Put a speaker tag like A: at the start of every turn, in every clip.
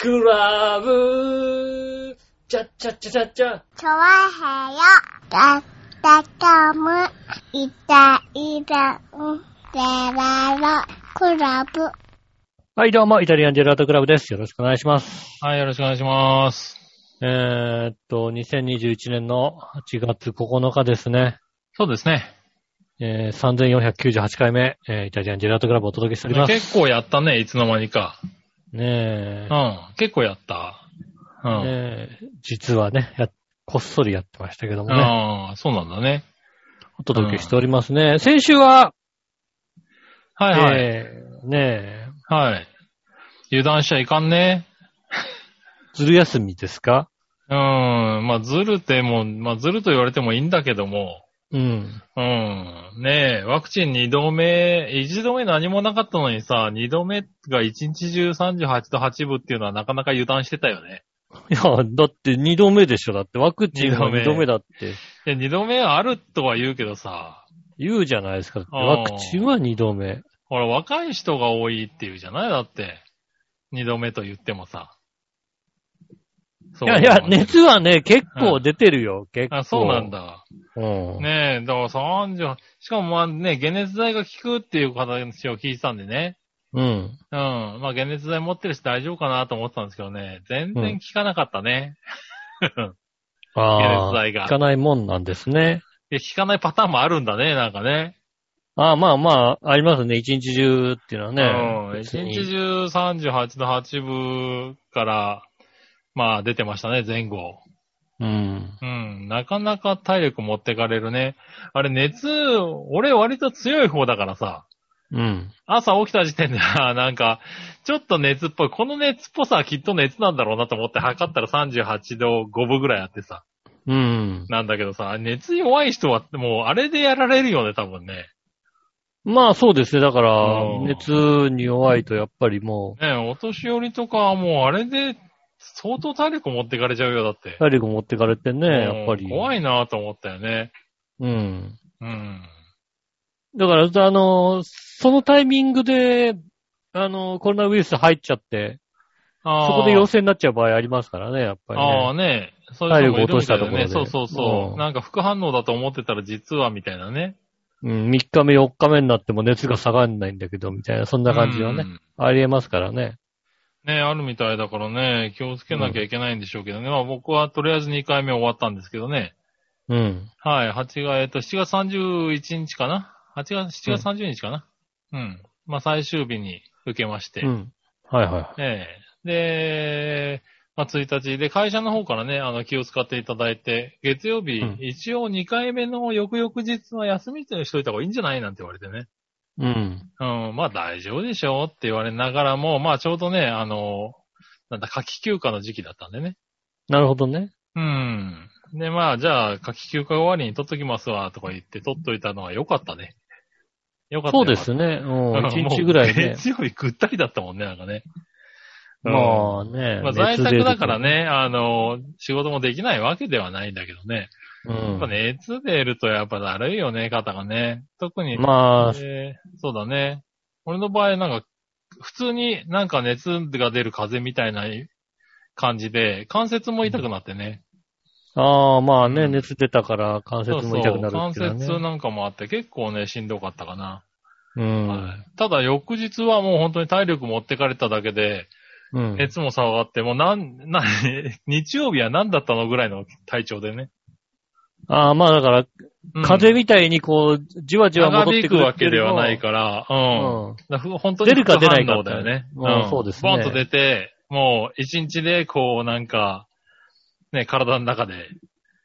A: クラブチャッチャッチャチャッチャ
B: チョワヘヨあったかむいたいらんでららクラブ
A: はい、どうも、イタリアンジェラートクラブです。よろしくお願いします。
C: はい、よろしくお願いします。
A: えーっと、2021年の8月9日ですね。
C: そうですね。
A: えー3498回目、えーイタリアンジェラートクラブをお届けしております。
C: 結構やったね、いつの間にか。
A: ねえ
C: うん、結構やった。うん。
A: ねえ実はね、やこっそりやってましたけどもね、
C: ああ、そうなんだね。
A: お届けしておりますね。先週は、
C: はいはい。
A: えーねえ、
C: はい。油断しちゃいかんね。
A: ずる休みですか
C: うん、まあ、ずるても、まあ、ずると言われてもいいんだけども、
A: うん。
C: うん。ねえ、ワクチン二度目、一度目何もなかったのにさ、二度目が一日中38度8分っていうのはなかなか油断してたよね。
A: いや、だって二度目でしょ。だってワクチンは
C: 二度目
A: 二度目だって
C: で、二度目あるとは言うけどさ、
A: 言うじゃないですか。だって
C: あー
A: ワクチンは二度目。
C: ほら、若い人が多いっていうじゃないだって。二度目と言ってもさ。そ
A: いやいや、熱はね、結構出てるよ。結構。
C: あ、そうなん。だ。
A: うん。
C: ねえ、だから38、しかもまあね、解熱剤が効くっていう話を聞いてたんでね。
A: うん。
C: うん。まあ、解熱剤持ってるし大丈夫かなと思ってたんですけどね。全然効かなかったね。
A: あ
C: 解熱剤が
A: あ、効かないもんなんですね。
C: で効かないパターンもあるんだね、なんかね。
A: ああ、まあまあ、ありますね。一日中っていうのは
C: う
A: ね。
C: ん。一
A: 別に
C: 日中38度8分から、まあ出てましたね、前後。
A: うん。
C: うん。なかなか体力持ってかれるね。あれ、熱、俺割と強い方だからさ。
A: うん。
C: 朝起きた時点で、 あーなんか、ちょっと熱っぽい。この熱っぽさはきっと熱なんだろうなと思って測ったら38度5分ぐらいあってさ。
A: うん。
C: なんだけどさ、熱弱い人はもうあれでやられるよね、多分ね。
A: まあそうですね。だから
C: う、ん
A: 熱に弱いとやっぱりも
C: ねえお年寄りとかはもうあれで相当体力持ってかれちゃうよ、だって
A: う、。体力持ってかれてね、やっぱり。
C: うん怖
A: い。
C: いなと思ったよね。
A: うん。
C: うん。
A: だから、あの、そのタイミングで、あの、コロナウイルス入っちゃって、そ
C: あー
A: こで陽性になっちゃう場合ありますからね、やっぱり、
C: あ
A: ね。
C: あね。そういう人もいる
A: 体力落
C: みたいだ
A: としたところで
C: ね。そうそうそう、
A: うん
C: なんか副反応だと思ってたら実はみたいなね。
A: うん、3日目、4日目になっても熱が下がんないんだけど、みたいな、そんな感じはね、
C: うん
A: ありえますからね。
C: ね、あるみたいだからね、気をつけなきゃいけないんでしょうけどね。まあ僕はとりあえず2回目終わったんですけどね。
A: うん。
C: はい、8月、えっと、7月31日かな ?8 月、7月30日かな、うん、まあ最終日に受けまして。
A: うん。はいは
C: ええで、まあ、1日で、会社の方からね、あの、気を使っていただいて、月曜日、
A: うん
C: 一応2回目の翌々日は休みっていうのにしといた方がいいんじゃないなんて言われてね。
A: い。うん。
C: うん、まあ大丈夫でしょうって言われながらも、まあちょうどね、あの、なんだ、夏季休暇の時期だったんでね。
A: なるほどね。
C: うん。で、まあ、じゃあ、夏季休暇終わりに取っときますわ、とか言って取っといたのは良かったね。良かった
A: そう
C: よか
A: で
C: った
A: すね。うん。
C: うん
A: 1日ぐらい
C: もう
A: ね。
C: 月曜日ぐったりだったもんね、なんかね。うん
A: まあね。
C: まあ、在
A: 熱出て
C: 宅だから。ね、あの、仕事もできないわけではないんだけどね。
A: う
C: やっぱ
A: ん。
C: 熱出るとやっぱだるいよね、肩がね。特に、
A: まあ、
C: えーそうだね。俺の場合なんか、普通になんか熱が出る風邪みたいな感じで、関節も痛くなってね。
A: ああ、まあね、
C: うん
A: 熱出たから関節
C: そう
A: も
C: そう
A: 痛くなるっ
C: 関
A: ていうのはね。
C: 節なんかもあって結構ね、しんどかったかな。
A: うん。
C: はいただ翌日はもう本当に体力持ってかれただけで、
A: うん。
C: 熱も下がって、もうなん、 な、日曜日は何だったのぐらいの体調でね。
A: ああ、まあだから、
C: うん
A: 風邪みたいにこう、じわじわ戻っ
C: 長
A: て
C: 引
A: く
C: く
A: る
C: わ
A: ってい
C: け
A: う
C: で
A: より
C: は
A: も
C: ないから、うん。
A: うん。
C: だから本当に
A: 出るか出ないか
C: 副反応だよね。
A: うんそうですね
C: ボンと出て、もう一日でこうなんか、ね、体の中で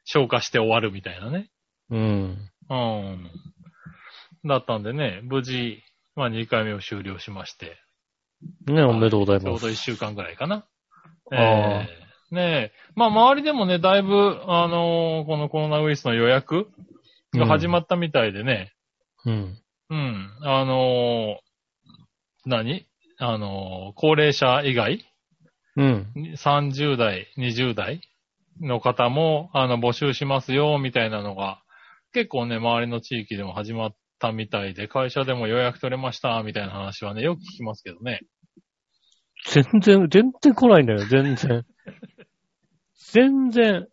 C: 消化して終わるみたいなね。
A: うん。
C: うん。だったんでね、無事、まあ2回目を終了しまして。
A: ね、おめでとうござい
C: ち
A: ま
C: ょうど
A: す。
C: 1週間ぐらいかな。
A: あー
C: えーねえ。まあ、周りでもね、だいぶ、あのーこのコロナウイルスの予約が始まったみたいでね。
A: うん。
C: うん。あのー何あのー高齢者以外
A: うん。
C: に ?30 代、20代の方も、あの、募集しますよ、みたいなのが、結構ね、周りの地域でも始まったみたいで、会社でも予約取れました、みたいな話はね、よく聞きますけどね。
A: 全然、全然来ないんだよ、全然。 全然。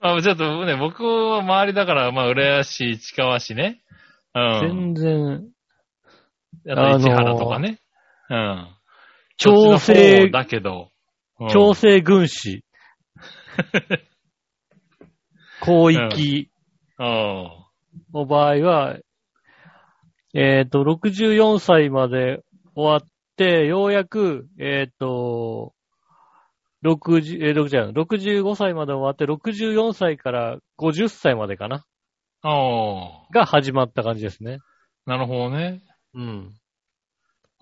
C: あ、ちょっとね、僕は周りだから、まあ、浦安市、市川市ね。う
A: 全
C: ん。
A: 然、
C: あと市原とかね。うん。
A: 調
C: そっちの
A: 整
C: 方、だけど。うん
A: 調整軍 師。広域
C: うん。
A: の場合は、えっ、と、64歳まで終わって、ようやく、えっ、と、60、えー、6じゃない65歳まで終わって、64歳から50歳までかな
C: ああ。
A: が始まった感じですね。
C: なるほどね。
A: うん。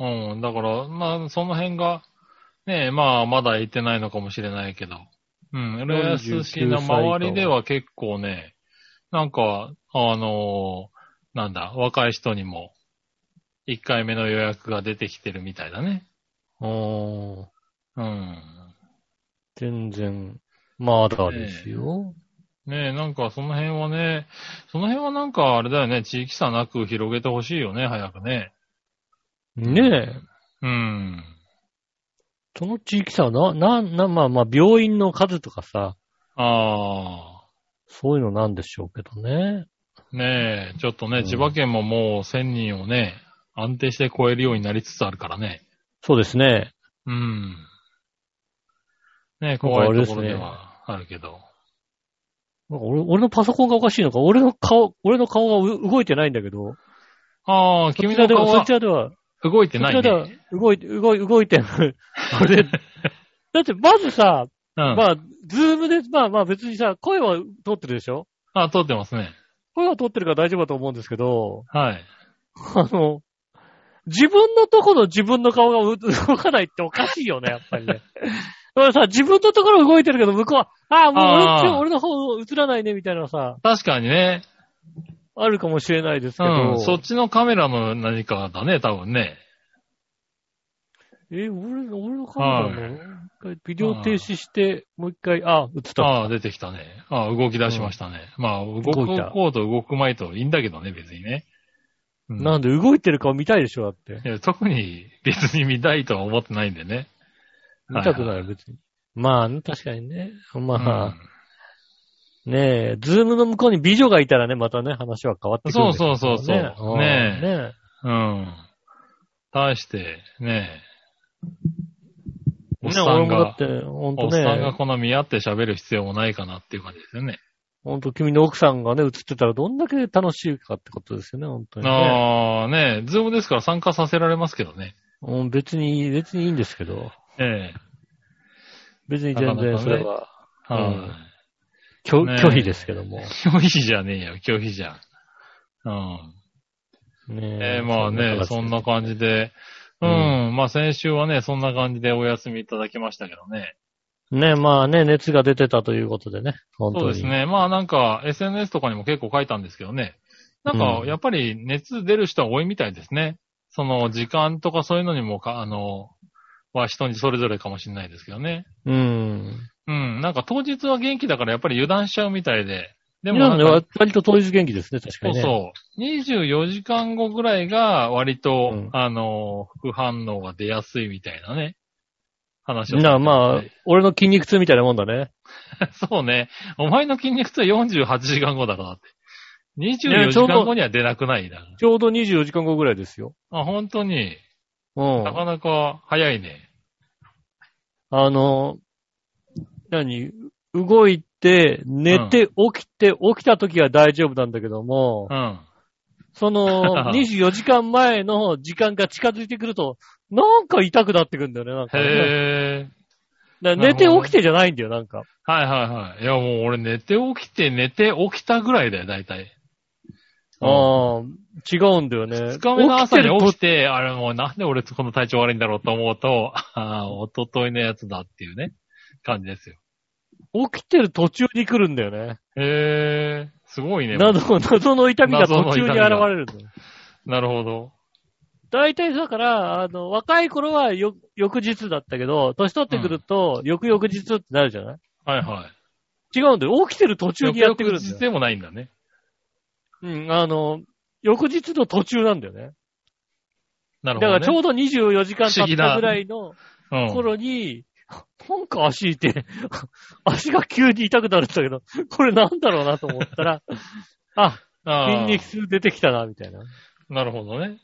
C: うん。だから、まあ、その辺が、ねえ、まあ、まだ行ってないのかもしれないけど。うん。浦安市の周りでは結構ね、なんか、あのーなんだ、若い人にも、1回目の予約が出てきてるみたいだね。
A: おー。
C: うん。
A: 全然、まだですよ。
C: ねえ、なんかその辺はね、その辺はなんかあれだよね、地域差なく広げてほしいよね、早くね。
A: ねえ。
C: うん。
A: その地域差はな、な、な、まあまあ、病院の数とかさ、
C: あ
A: そういうのなんでしょうけどね。
C: あ、ねえ、ちょっとね、
A: うん
C: 千葉県ももう1000人をね、安定して超えるようになりつつあるからね。
A: そうですね。
C: うん。ねえ、
A: なんかあ
C: 怖
A: れで
C: いと
A: す
C: ころ
A: ね
C: ではあるけど。
A: なんか俺俺のパソコンがおかしいのか、俺の顔、俺の顔がう動いてないんだけど、
C: ああ、
A: そ
C: 君
A: ちら
C: の
A: で
C: 顔
A: は、そ
C: は
A: ちらでは、
C: 動いて
A: そ
C: な
A: ちら
C: い
A: では
C: ね。
A: 動いて、動い、動いて る。これ、だってまずさ、
C: うん。
A: まあ、ズームで、まあまあ別にさ、声は通ってるでしょ
C: あ、通ってますね。
A: 声は通ってるから大丈夫だと思うんですけど、
C: はい。
A: あの、自分のところ自分の顔がう動かないっておかしいよね、やっぱ りね。だからさ、自分のところ動いてるけど、向こうは、ああ、もう
C: あー
A: 俺俺の方映らないね、みたいなのさ、
C: 確かにね。
A: あるかもしれないですけ
C: う
A: ど、
C: ん。そっちのカメラの何かだね、多分ね。
A: え、俺、俺のカメラの、一回ビデオ停止して、もう一回、あ、映った。
C: ああ、出てきたね。ああ、動き出しましたね。まあ、動
A: 動いた
C: こうと動くまいといいんだけどね、別にね。うん
A: なんで動いてる顔見たいでしょ、だって。
C: いや特に別に見たいとは思ってないんでね。
A: 見たく
C: は
A: ないい、別に。まあ、確かにね。
C: う
A: まあ
C: ん、
A: ねえ、ズームの向こうに美女がいたらね、またね、話は変わってくるんでしょけどね、
C: そうそうそうそうね
A: う
C: え
A: んねえ。
C: うん。対して、ねえ。お
A: ね
C: っさん
A: 俺もだ
C: が
A: っ、て、ほん
C: お
A: と
C: っさんが
A: ね、
C: この見合って喋る必要もないかなっていう感じですよね。
A: ほんと君の奥さんがね、映ってたらどんだけ楽しいかってことですよね、ほんとにね。
C: ああ、ねえ、ズームですから参加させられますけどね。
A: うん別に、別にいいんですけど、
C: ええ。
A: 別に全然それは、
C: は
A: うん
C: い。
A: 拒
C: ねえ
A: 拒否ですけども。
C: 拒否じゃねえよ、拒否じゃん。うん。
A: ね
C: えーまあね、そんな感じで。うん、まあ先週はね、そんな感じでお休みいただきましたけどね。
A: じ。ねまあね、熱が出てたということでね、本当に。
C: そうです。ね。まあなんか SNS とかにも結構書いたんですけどね。なん
A: う
C: か
A: ん
C: やっぱり熱出る人は多いみたいですね。その時間とかそういうのにもか、あの、は人にそれぞれかもしれないですけどね。
A: うん。
C: うん、なんか当日は元気だからやっぱり油断しちゃうみたいで。で
A: で
C: も
A: も
C: なんか
A: 割と統一元気ですね、確か
C: そう
A: にね。
C: そう。24時間後ぐらいが割と、
A: うん
C: あの、副反応が出やすいみたいなね。話を、
A: なあまあ、俺の筋肉痛みたいなもんだね。
C: あ。 そうね。お前の筋肉痛は48時間後だろ、だって。
A: や
C: 24
A: ち
C: 時
A: ょうど
C: 間後には出なくないな。
A: ちょうど24時間後ぐらいですよ。
C: あ、本当に。
A: うん
C: な。かなか早いね。
A: あの、何動いて、寝て、起きて、起きた時は大丈夫なんだけども、
C: うん。
A: そ の、24時間前の時間が近づいてくると、なんか痛くなってくるんだよね、なんかね、
C: へえ。
A: だから寝て起きてじゃないんだよ、なんか。
C: はいはいはい。いやもう俺寝て起きて寝て起きたぐらいだよ、大体。
A: ああー、違うんだよね。
C: 二日目の朝に
A: 起
C: 起
A: き
C: きて、あれもうなんで俺この体調悪いんだろうと思うと、ああ、おとといのやつだっていうね、感じですよ。
A: てる起きてる途中に来るんだよね。
C: へえ、すごいね。
A: 謎謎の痛みが途中に現れるんだよ。
C: なるほど。
A: 大体だから、あの、若い頃はよ、翌日だったけど、年取ってくると、翌々日ってなるじゃない
C: はいは
A: 違うんだよ。起きてる途
C: い。
A: 中にやってくるんだ
C: 翌
A: よ
C: 日。でもないんだね。
A: うん、あの、翌日の途中なんだよね。
C: なる
A: だ
C: ほ
A: から
C: ど、ね。
A: ちょうど24時間
C: 不思
A: 経
C: 議
A: っ
C: な
A: たぐらいの
C: うん
A: 頃に、なんか足いて、足が急に痛くなるんだけど、これなんだろうなと思ったら、あ、
C: あー
A: 筋肉痛出てきたな、みたいな。
C: なるほどね。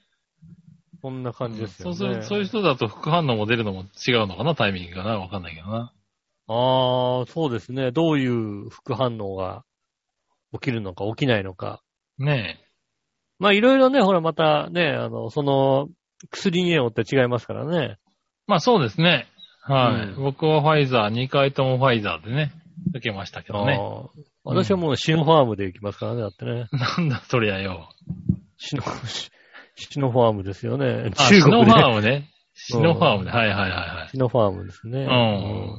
A: そんな感じですよ
C: そう
A: ね。
C: する、そういう人だと副反応も出るのも違うのかなタイミングがな。わかんないけどな。
A: ああ、そうですね。どういう副反応が起きるのか起きないのか。
C: ね
A: まあいろいろね、ほらまたね、あの、その薬によって違いますからね。
C: え。まあそうですね。はい。
A: うん
C: 僕はファイザー、2回ともファイザーでね、受けましたけどね。
A: あー私はもうシノファームで行きますからね、だってね。
C: なんだそりゃよ。
A: シノ、 シシノファームですよね。
C: あ、
A: 中
C: シノ
A: 国
C: フ
A: で。
C: ァ ームね。シノファームね。はいはいはいはい。
A: シノファームですね。う
C: ん
A: ん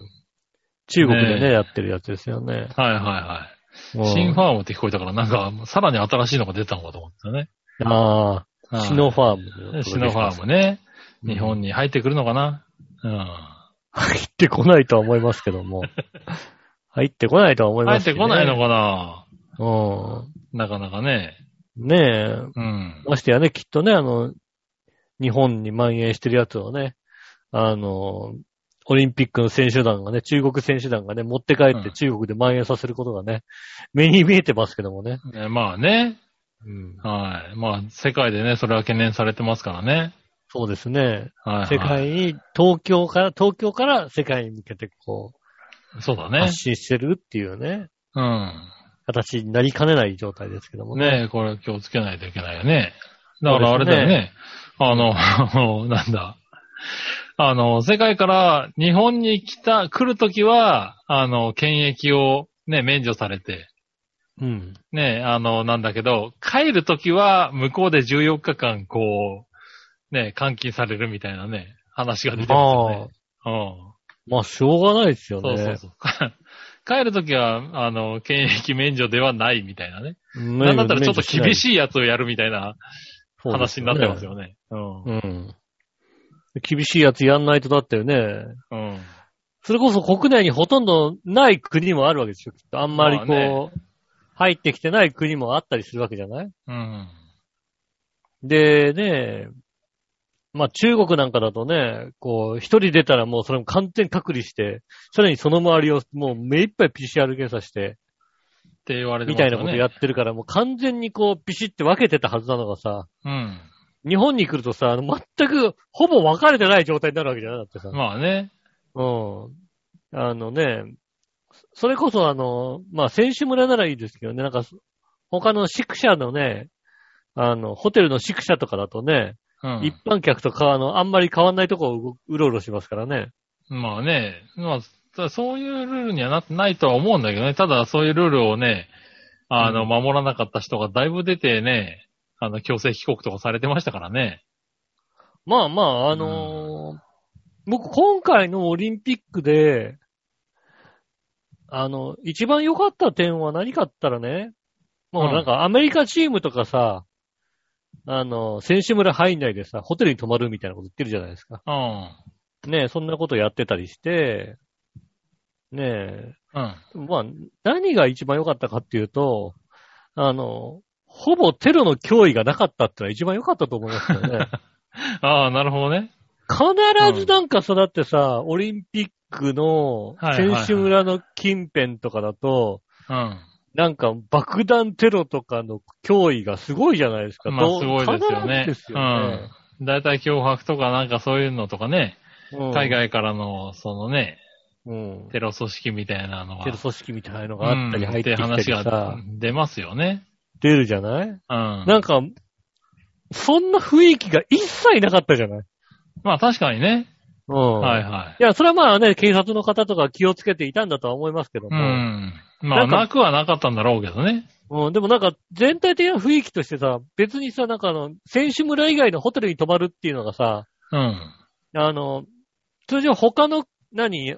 A: 中国で
C: ね
A: ね、
C: え
A: やってるやつですよね。
C: はいは
A: う
C: いは
A: ん
C: い。新ファームって聞こえたから、なんか、さらに新しいのが出たのかと思ったね。
A: ああ、
C: はい
A: シノファーム。
C: シノファー
A: ム。
C: ムね。
A: うん
C: 日本に入ってくるのかなうん。
A: 入ってこないとは思いますけど も。入ってこないとは思い
C: 入
A: ま
C: っ
A: すけ
C: て
A: ど、
C: こないのかな
A: の
C: なかなかね。
A: うん。ねえ。
C: うん。
A: ましてやね、きっとね、あの、日本に蔓延してるやつをね、あの、オリンピックの選手団がね、中国選手団がね、持って帰っ
C: う
A: て
C: ん
A: 中国で蔓延させることがね、目に見えてますけどもね。
C: ねまあね。
A: うん、
C: はい。まあ、世界でね、それは懸念されてますからね。
A: そうですね。
C: はい、はい。
A: 世界に、東京から、東京から世界に向けてこ
C: そうだ
A: う、
C: ね
A: 発。信してるっていうね、
C: う
A: 形になりかねない状態ですけども
C: ん。
A: ね。
C: ねえ、これ気をつけないといけないよね。だからあれだよね。あの、あの なんだ。あの、世界から日本に来た、来るときは、あの、検疫をね、免除されて、
A: うん。
C: ね、あの、なんだけど、帰るときは向こうで14日間、こう、ね、監禁されるみたいなね、話が出てますよ
A: まあ
C: ね。、うん。
A: まあ、しょうがないですよ
C: そうそう
A: ね。
C: そう。 帰るときは、あの、検疫免除ではないみたいなね。
A: な
C: な
A: ん
C: だったらちょっと厳
A: い
C: しいやつをやるみたいな話になってますよね。うん。
A: うん。厳しいやつやんないとだったよね。
C: うん。
A: それこそ国内にほとんどない国もあるわけですよ。きっとあんまりこう、
C: まあね
A: 入ってきてない国もあったりするわけじゃない
C: うん。
A: で、ね、まあ中国なんかだとね、こう、一人出たらもうそれも完全隔離して、さらにその周りをもう目いっぱい PCR 検査して、
C: って言われて
A: み
C: ま
A: たい
C: す
A: な
C: よ
A: こと
C: ね。
A: やってるから、もう完全にこう、ピシって分けてたはずなのがさ、
C: うん。
A: 日本に来るとさ、あの全く、ほぼ分かれてない状態になるわけじゃないだってさ。
C: まあね。
A: うん。あのね、それこそあの、まあ、選手村ならいいですけどね、なんか、他の宿舎のね、あの、ホテルの宿舎とかだとね、
C: うん。
A: 一般客とか、あの、あんまり変わんないとこをううろうろしますからね。
C: まあね。まあただ、そういうルールにはなってないとは思うんだけどね。ただ、そういうルールをね、あの、
A: うん
C: 守らなかった人がだいぶ出てね、あの、強制帰国とかされてましたからね。
A: まあまあ、あのー僕今回のオリンピックで、あの、一番良かった点は何かって言ったらね、もうなんかアメリカチームとかさ、あの、選手村入んないでさ、ホテルに泊まるみたいなこと言ってるじゃないですか。
C: うん。
A: ねえ、そんなことやってたりして、ね
C: うん。
A: え、まあ、何が一番良かったかっていうと、あの、ほぼテロの脅威がなかったってのは一番良かったと思いますよね。
C: ああ、なるほどね。
A: 必ずなんかさ、だってさ、オリンピックの
C: はいはいは
A: 選
C: い
A: 手村の近辺とかだと、
C: うん。
A: なんか爆弾テロとかの脅威がすごいじゃないですか。
C: まあ
A: どう
C: すごいですよね
A: 必ずですよね
C: 大体脅迫とかなんかそういうのとかね、
A: うん
C: 海外からの、そのね、
A: うん
C: テロ組織みたいなのが。
A: テロ組織みたいなのがあったり
C: うん
A: 入ってきたり
C: って話が
A: さ、
C: 出ますよね。
A: 出るじゃない
C: うん。
A: なんか、そんな雰囲気が一切なかったじゃない
C: まあ確かにね。
A: うん。
C: はい
A: い。
C: はい。
A: や、それはまあね、警察の方とか気をつけていたんだとは思いますけど
C: う
A: も。
C: ん。ま
A: な
C: あ
A: んか
C: なくはなかったんだろうけどね。
A: うん。でもなんか、全体的な雰囲気としてさ、別にさ、なんかあの、選手村以外のホテルに泊まるっていうのがさ、
C: うん。
A: あの、通常他の、何、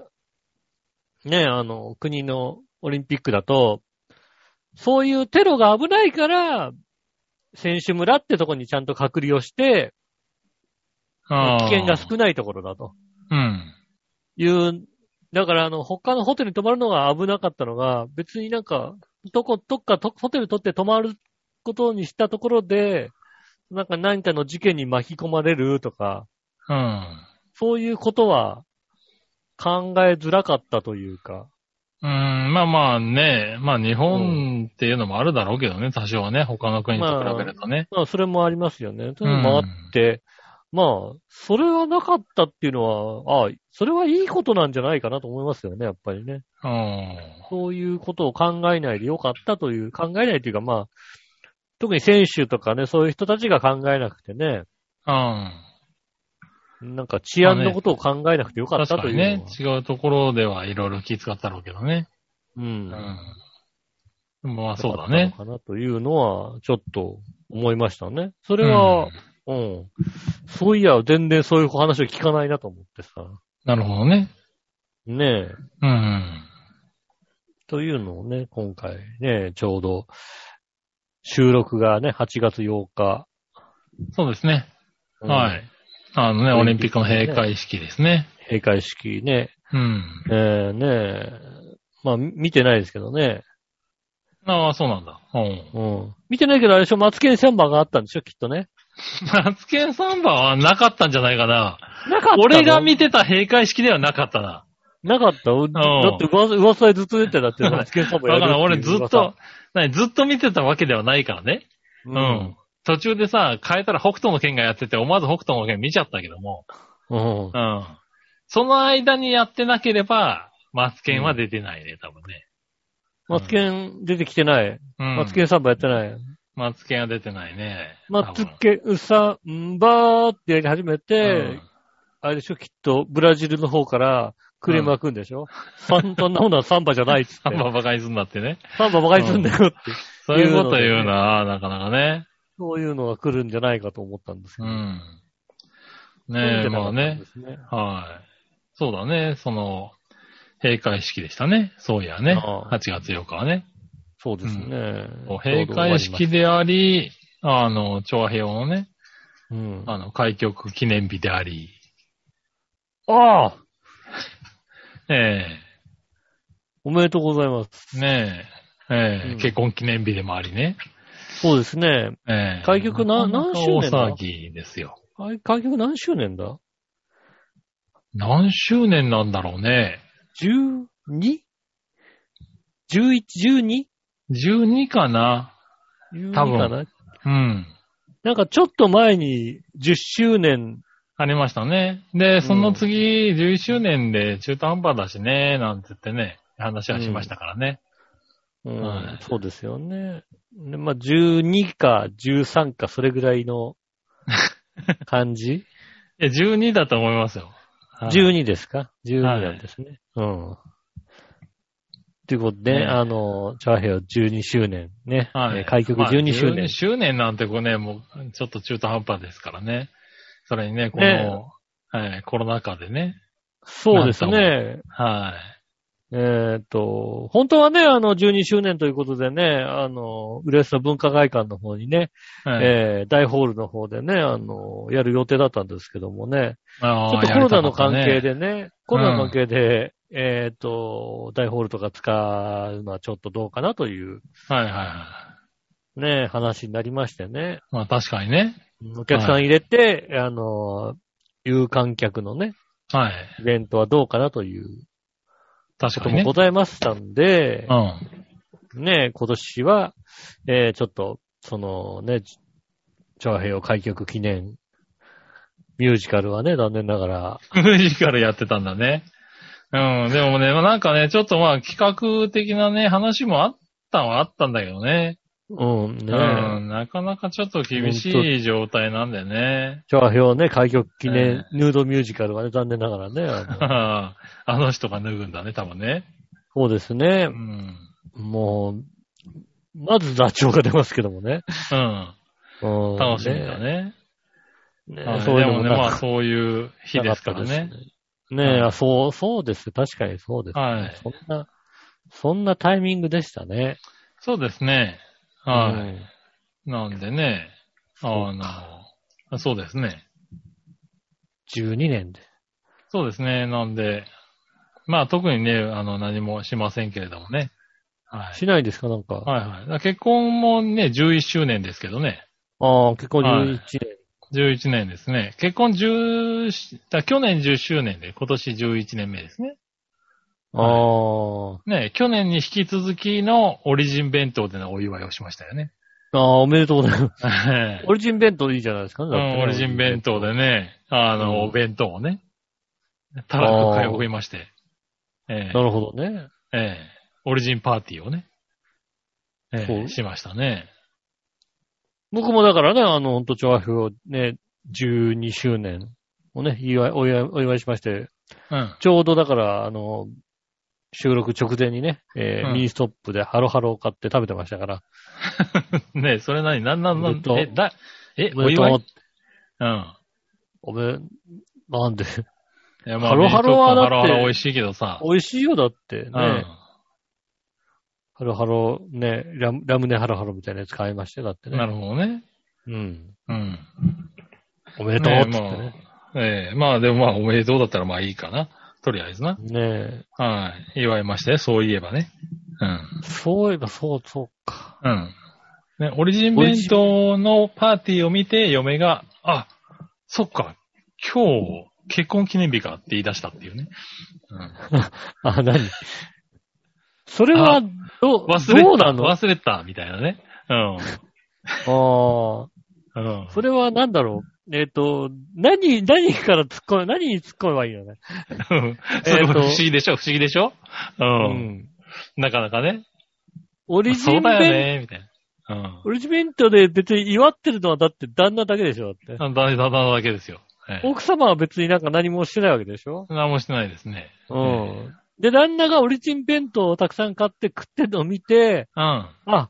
A: ね、あの、国のオリンピックだと、そういうテロが危ないから、選手村ってとこにちゃんと隔離をして、
C: ああ
A: 危険が少ないところだと
C: うん。
A: いうだから、あの、他のホテルに泊まるのが危なかったのが、別になんか、どこ、どっかとホテル取って泊まることにしたところで、なんか何かの事件に巻き込まれるとか、
C: うん。
A: そういうことは考えづらかったというか、
C: うん、まあまあね、まあ日本っていうのもあるだろうけどね、多少はね、他の国と比べるとね。
A: まあ、それもありますよね。そういうのもあって、まあ、それはなかったっていうのは、ああ、それはいいことなんじゃないかなと思いますよね、やっぱりね。
C: うん。
A: そういうことを考えないでよかったという、考えないというか、まあ、特に選手とかね、そういう人たちが考えなくてね、
C: うん。
A: なんか治安のことを考えなくてよかっ
C: 確
A: た
C: か
A: という
C: に
A: のは、
C: ね、違うところではいろいろ気遣ったろうけどね。
A: う。
C: うんん。まあそうだ
A: 良
C: ね
A: か。ったのかなというのは、ちょっと思いましたね。それは、
C: う
A: う
C: ん
A: ん、そういや、全然そういう話を聞かないなと思ってさ。
C: なるほどね。
A: ねえ。
C: うん。
A: というのをね、今回ね、ちょうど、収録がね、8月8日。
C: そうですね。
A: うん
C: はい。。あのね、オ
A: オ
C: リ
A: リ
C: ン
A: ン
C: ピ
A: ピ
C: ッ
A: ック
C: クの
A: のね
C: 閉会式ですね。
A: 閉会式ね。
C: うん。
A: えー、ねえ。まあ、み見てないですけどね。
C: ああ、そうなんだ。うん。
A: うん。見てないけど、あれでしょ、マツケンサンバがあったんでしょ、きっとね。
C: マツケンサンバはなかったんじゃないかな。
A: なかったの
C: 俺が見てた閉会式ではなかったな。
A: なかった。うだって噂、噂でずっと出てただって、マツケンサンバや
C: だ
A: る
C: か
A: っていう
C: ら俺ずっ
A: 噂
C: と、何ずっと見てたわけではないからね。
A: う
C: うん。途中でさ、変えたら北斗の剣がやってて、思わず北斗の剣見ちゃったけども。
A: うん。
C: うん。その間にやってなければ、マツケンは出てないね、多分ね。
A: マツケン出てきてない。
C: うん。
A: マツケンサンバやってない。
C: マツケンは出てないね。
A: マツケンサンバーってやり始め
C: 多
A: て、
C: 分うん
A: あれでしょ、きっとブラジルの方からクレームが来るんでしょ、サンそんなものはサンバじゃないっつって。
C: サンババカにすんだってね。
A: サンババカにすんだよって。
C: そういうこと言うな、なかなかね。
A: そういうのが来るんじゃないかと思ったんですけ
C: う
A: ど。
C: ん。
A: そういうん
C: ね
A: じ
C: え、
A: ゃな
C: ま
A: か
C: あ
A: ったん
C: ね
A: で。すね。
C: はい。そうだね、その、閉会式でしたね。そういやね。
A: ああ
C: 8月8日はね。
A: そうですね。
C: 閉会式であり、あの、調和平和のね、
A: うん。
C: あの、開局記念日であり、
A: ああ
C: え
A: おめでとうございます。
C: えねえ、ええ
A: うん
C: 結婚記念日でもありね。
A: そうですね。
C: ええ
A: 開局な何周年だ
C: 大騒ぎですよ。
A: 開開局何周年だ
C: 何周年なんだろうね。
A: ?12?11?12?
C: 12かな多分
A: かな
C: うん。
A: なんかちょっと前に10周年、
C: ありましたね。で、その次、11周年で中途半端だしね、なんて言ってね、話はしましたからね。
A: うん
C: はい
A: そうですよね。でまあ、12か13かそれぐらい の感じ
C: え、12だと思いますよ。はい
A: ?12 ですか ?12
C: はい
A: なんですね。うん。ということで、
C: ね
A: あの、チャーヘイは12周年ね。
C: はい。
A: えー開局12周
C: まあ
A: 年
C: 12。周年なんてこうね、もう、ちょっと中途半端ですからね。それにね、この、
A: ね
C: はい、コロナ禍でね。
A: そうですね。
C: は
A: えーっと、本当はね、あの、12周年ということでね、あの、浦安の文化会館の方にね、
C: い。はい
A: えー大ホールの方でね、あの、やる予定だったんですけどもね、
C: あー
A: ちょっとコロナの関係。
C: やり
A: でね、コロナの関係で、えっ、と、大ホールとか使うのはちょっとどうかなという
C: たかったねはいはいは
A: ね、話になりましてね、
C: い。まあ確かにね。
A: お客さん入れて、あの、有観客のね、
C: はい。
A: イベントはどうかなという
C: 確
A: こと
C: かにね
A: もご。ざいましたんで
C: う、ん。
A: ね、今年は、えーちょっと、そのね、長平を開局記念ミュージカルはね、残念ながら、
C: ミュージカルやってたんだね。うん、でもね、まあなんかね、ちょっとまあ企画的なね、話もあったはあったんだけどね。
A: うん、ね、
C: うん、なかなかちょっと厳しい状態なんだよね。
A: 長平をね、開局記念ヌードミュージカルはね、残念ながらね、あ の
C: あの人が脱ぐんだね、多分ね。
A: そうですね
C: う、ん。
A: もう、まず座長が出ますけどもね。
C: うん。
A: うん
C: 楽しみだ。ね。
A: ね
C: はい
A: そうい
C: で
A: うの
C: も
A: も
C: ね、
A: な
C: ま
A: か
C: あそういう日ですからね。。
A: ねえ、
C: はい
A: あそう、そうです。確かにそうです、
C: はい
A: そんな、そんなタイミングでしたね。
C: そうですね。
A: う
C: は
A: ん
C: い。なんでね、
A: う
C: あの、そうですね。
A: 12年で。
C: そうですね。なんで、まあ特にね、あの、何もしませんけれどもね。はい。
A: しないですかなんか。
C: はいはい。だから結婚もね、11周年ですけどね。
A: ああ、結婚11年。
C: 11年ですね。結婚10、だ去年10周年で、今年11年目ですね。
A: ああ、
C: ね、去年に引き続きのオリジン弁当でのお祝いをしましたよね。
A: ああ、おめでとうございます。
C: はい
A: オリジン弁当いいじゃないですかね。
C: う
A: だって
C: ん
A: ね
C: オリジン弁当でね、あの、
A: うん
C: お弁当をね、たらふく買い送りまして、ええ
A: なるほどね。
C: ええオリジンパーティーをね、え
A: そ
C: え
A: う
C: しましたね。
A: 僕もだからね、あの、ほんと、調和表をね、12周年をね、祝いお祝いお祝いしまして、
C: うん。
A: ちょうどだから、あの、収録直前にね、えー
C: うん
A: ミニストップでハロハロを買って食べてましたから、
C: ねえそれなに、なんなんな
A: ずっ
C: ん
A: と、
C: え、だ、え、
A: お
C: お
A: めでと、
C: 祝いううん。
A: おめ、なんで、
C: いやまあ
A: ハロハロはだって
C: ミニストップのハロハロ美味しいけどさ。
A: 美味しいよだってね、
C: うん。
A: ハロハロ、ねラム、ラムネハロハロみたいなやつ買いまして、だってね。
C: なるほどね。
A: うん。
C: うん。
A: おめでとうっつってね。
C: ええまあでもまあおめでとうだったらまあいいかな。とりあえずな。
A: ね
C: はい。祝いましたよ。そういえばね。うん
A: え。。そういえば、そう、そうか。
C: うん。ね、オリジン弁当のパーティーを見て嫁が、あ、そっか、今日、結婚記念日かって言い出したっていうね。うん
A: あ、なにそれは
C: あ
A: どう、
C: 忘れ
A: どう
C: た、
A: なのあ
C: 忘れた、みたいなね。うん。
A: あ。
C: うん。
A: それはなんだろう。えっ、と、何、何から突っ込め、何に突っ込めばいいのね。
C: それ
A: えー
C: は
A: と
C: 不思議でしょ不思議でしょう。。
A: うん
C: なかなかね。
A: オリジ
C: そ
A: ン
C: うだよ
A: 弁、
C: ね、みたいな。
A: オリジン弁当で別に祝ってるのはだって旦那だけでしょ、だって。
C: うん。だ、だ、だだけですよ。ええ
A: 奥様は別になんか何もしてないわけでしょ
C: 何もしてないですね。
A: う
C: え
A: ん。で、旦那がオリジン弁当をたくさん買って食ってるのを見て、
C: うん。
A: あ、今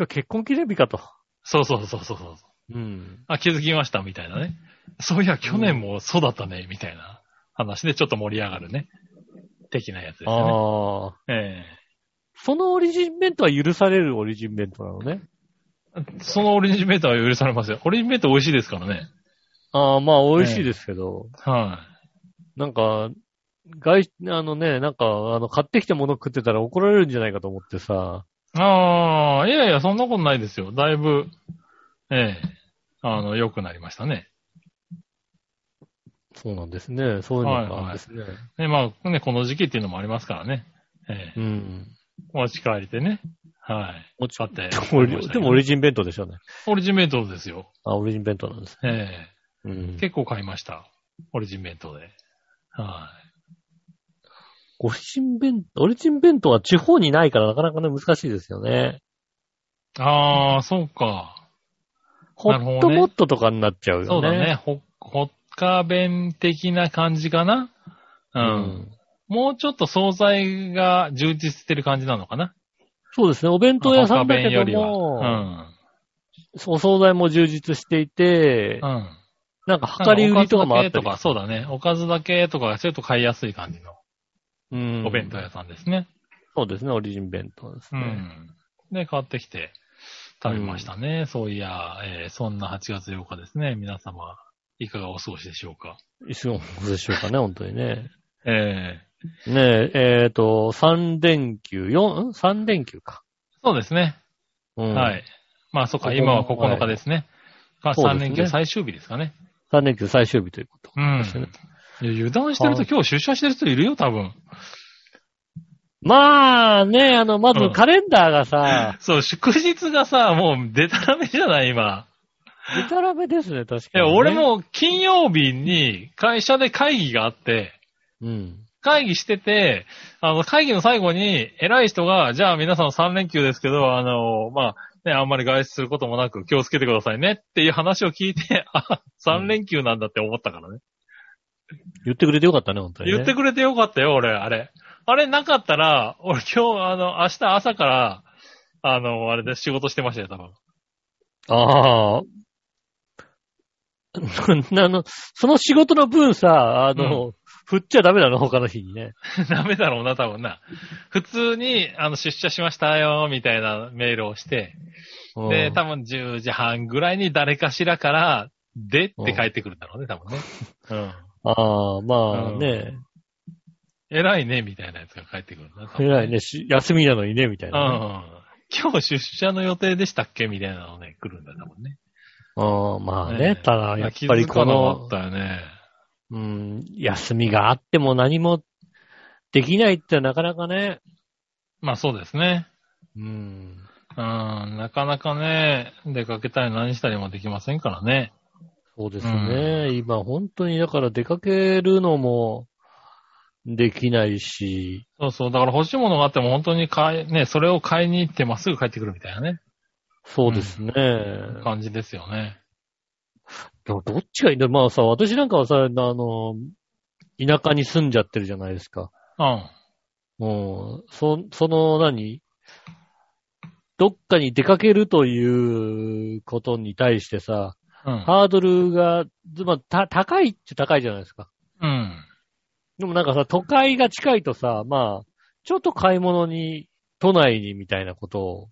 A: 日結婚記念日かと。
C: そうそうそうそうそう。
A: うん。
C: あ、気づきました、みたいなね。そういや、去年もそうだったね、みたいな話でちょっと盛り上がるね。的なやつですよ
A: ああ。
C: ね。え
A: そのオリジン弁当は許されるオリジン弁当なのね。
C: えそのオリジンベータは許されますよ。オリジンベータ美味しいですからね。
A: ああ、まあ美味しいですけど、
C: は
A: なんか、外、あのね、なんか、あの、買ってきたもの食ってたら怒られるんじゃないかと思ってさ、
C: い。ああ、いやいや、そんなことないですよ。だいぶ、ええあの、良くなりましたね。
A: そうなんですね。そういうのがあるんですね。
C: で、まあ、ね、この時期っていうのもありますからね。え
A: う
C: え
A: ん。
C: 持ち帰りでね。はい。持ち帰っ
A: で
C: て
A: もオリ、でもオリジン弁当でしょうね。
C: オリジンベートですよ。
A: あ、オリジン弁当なんです。
C: ええ
A: うん。
C: 結構買いました。オリジン弁当で。は
A: オリジン弁当、オリジン弁当は地方にないからなかなかね、難しいですよね。
C: い。ああ、そうか。
A: ホ
C: なるほ
A: ッ
C: ど
A: ト
C: ね
A: モットとかになっちゃうよね。
C: そうだね。ほ、ほっか弁的な感じかな。う。
A: うんん。
C: もうちょっと惣菜が充実してる感じなのかな。
A: そうですね。お弁当屋さんだ
C: ほっか弁
A: け
C: よ
A: ど
C: りは。
A: も、
C: うん。
A: お惣菜も充実していて、
C: うん。
A: なんか量り売りとかもあった
C: おかずだけと
A: り
C: か、。そうだね。おかずだけとか、ちょっと買いやすい感じの
A: うん
C: お弁当屋さんですね。
A: そうですね、オリジン弁当です
C: う
A: ね。
C: ん。で、買ってきて食べましたね。そういや、えーそんな8月8日ですね。皆様、いかがお過ごしでしょうか。
A: いつもでしょうかね、本当にね。
C: ええ
A: ねえ、えっ、と、3連休、4、ん ?3 連休か。
C: そうですね。
A: うん、
C: はい。。まあ、そっか、
A: ここ
C: 今は9日ですね。まあ、
A: そうで
C: 3
A: すね
C: 連休最終日ですかね。
A: 3連休最終日ということ。
C: うん
A: すね。
C: いや油断してると
A: は
C: 今日出社してる人いるよ、多分。
A: まあね、あの、ま
C: うん
A: ずカレンダーがさ、
C: そう、祝日がさ、もう、でたらめじゃない、今。
A: でたらめですね、確
C: い
A: かに、
C: や、
A: ね。
C: 俺、も金曜日に会社で会議があって、
A: うん。
C: 会議してて、あの、会議の最後に、偉い人が、じゃあ皆さん3連休ですけど、あの、まあ、ね、あんまり外出することもなく気をつけてくださいねっていう話を聞いて、 あ、3連休なんだって思ったからね。
A: 言ってくれてよかったね、本当に、ね。
C: 言ってくれてよかったよ、俺、あれ。あれなかったら、俺今日、あの、明日朝から、あの、あれで仕事してましたよ、多分。
A: ああ。 あの、その仕事の分さ、あの、振っちゃダメなの、他の日にね。
C: ダメだろうな、多分な。普通に、あの、出社しましたよ、みたいなメールをして、
A: う
C: で、
A: ん
C: 多分10時半ぐらいに誰かしらから、でって帰ってくるんだろうね、多分ね。うん。
A: ああ、まあね、
C: 偉いね、みたいなやつが返ってくるな。多分
A: 偉いね、し休みなのにね、みたいうなね。
C: ん。今日出社の予定でしたっけみたいなのね、来るんだ多分ね。
A: うん。まあね
C: ね、え
A: ただ、やっぱりこの
C: 気づ、かなかったよね。
A: うん、休みがあっても何もできないってなかなかね、
C: まあそうですね。
A: うん。
C: うん、なかなかね、出かけたり何したりもできませんからね。
A: そうですね。今、本当に、だから出かけるのもできないし、
C: そうそう。だから欲しいものがあっても本当に買い、ね、それを買いに行ってまっすぐ帰ってくるみたいなね、
A: そうですね。
C: 感じですよね。
A: でもどっちがいいんだろうまあさ、私なんかはさ、あの、田舎に住んじゃってるじゃないですか。
C: うん。
A: もう、そ、その何、どっかに出かけるということに対してさ、
C: うん。
A: ハードルが、ずまあ、た、高いっちゃ高いじゃないですか。
C: うん。
A: でもなんかさ、都会が近いとさ、まあ、ちょっと買い物に、都内にみたいなことを、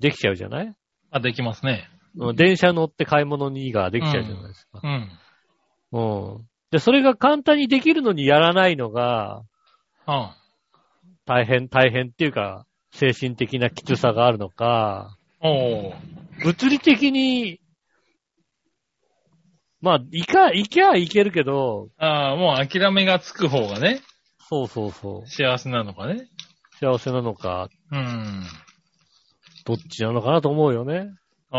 A: できちゃうじゃない
C: あ、できますね。
A: うん電車乗って買い物にができちゃうじゃないですか。
C: うん。
A: うん。で、それが簡単にできるのにやらないのが、
C: うん。
A: 大変、大変っていうか、精神的なきつさがあるのか、
C: おー。
A: 物理的に、まあ、行か、行きゃ行けるけど、
C: ああ、もう諦めがつく方がね、
A: そうそうそう、
C: 幸せなのかね。
A: 幸せなのか、
C: うん。
A: どっちなのかなと思うよね。
C: あ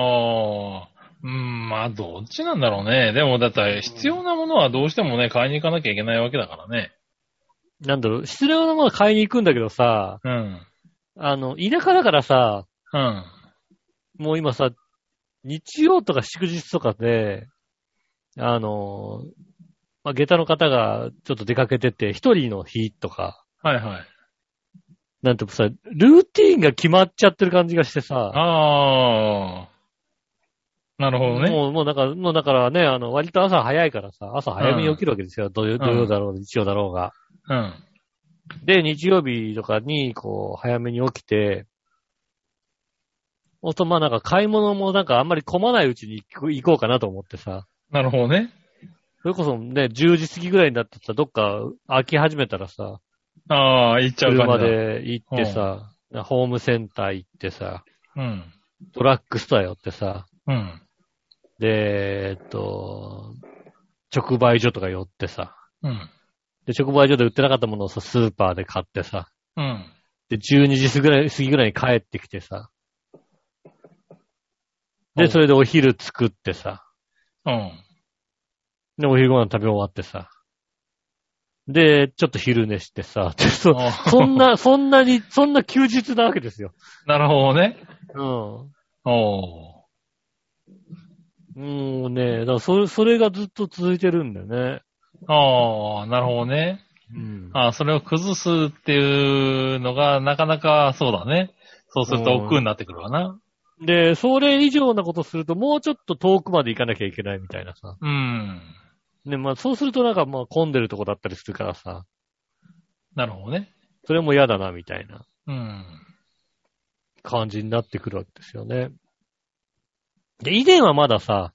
C: あ、うん、まあ、どっちなんだろうね。でも、だって、必要なものはどうしてもね、買いに行かなきゃいけないわけだからね。
A: なんだろう、必要なものは買いに行くんだけどさ、
C: うん。
A: あの、田舎だからさ、
C: うん。
A: もう今さ、日曜とか祝日とかで、あの、まあ、下駄の方がちょっと出かけてて、一人の日とか、
C: はいはい。
A: なんていうかさ、ルーティーンが決まっちゃってる感じがしてさ、
C: ああ、なるほどね。
A: もう、もうだから、もうだからね、あの、割と朝早いからさ、朝早めに起きるわけですよ。土曜土曜だろうが、日曜だろうが。
C: うん。
A: で、日曜日とかに、こう、早めに起きて、おと、まあなんか買い物もなんかあんまり混まないうちに行こう行こうかなと思ってさ、
C: なるほどね。
A: それこそね、10時過ぎぐらいになってさ、どっか空き始めたらさ、
C: ああ、行っちゃう感
A: 車
C: じだ。
A: で行ってさ、ホームセンター行ってさ、
C: うん。
A: ドラッグストア寄ってさ、
C: うん。
A: で、えっと、直売所とか寄ってさ、
C: うん。
A: で、直売所で売ってなかったものをさ、スーパーで買ってさ、
C: うん。
A: で、12時過ぎぐらい過ぎぐらいに帰ってきてさ、
C: う
A: で、
C: ん
A: それでお昼作ってさ、
C: うん。
A: で、お昼ご飯食べ終わってさ、で、ちょっと昼寝してさ、 でそ
C: あー
A: そん。な、そんなに、そんな休日なわけですよ。
C: なるほどね。
A: うん。
C: お
A: もうね、だからそれ、それがずっと続いてるんだよね。
C: ー。ああ、なるほどね。
A: うん。
C: ああ、それを崩すっていうのが、なかなか、そうだね。そうすると、億劫になってくるわな。
A: で、それ以上なことすると、もうちょっと遠くまで行かなきゃいけないみたいなさ。
C: うん。
A: ね、まあ、そうするとなんか、まあ、混んでるとこだったりするからさ、
C: なるほどね。
A: それも嫌だな、みたいな
C: うん。
A: 感じになってくるわけですよね。で、以前はまださ、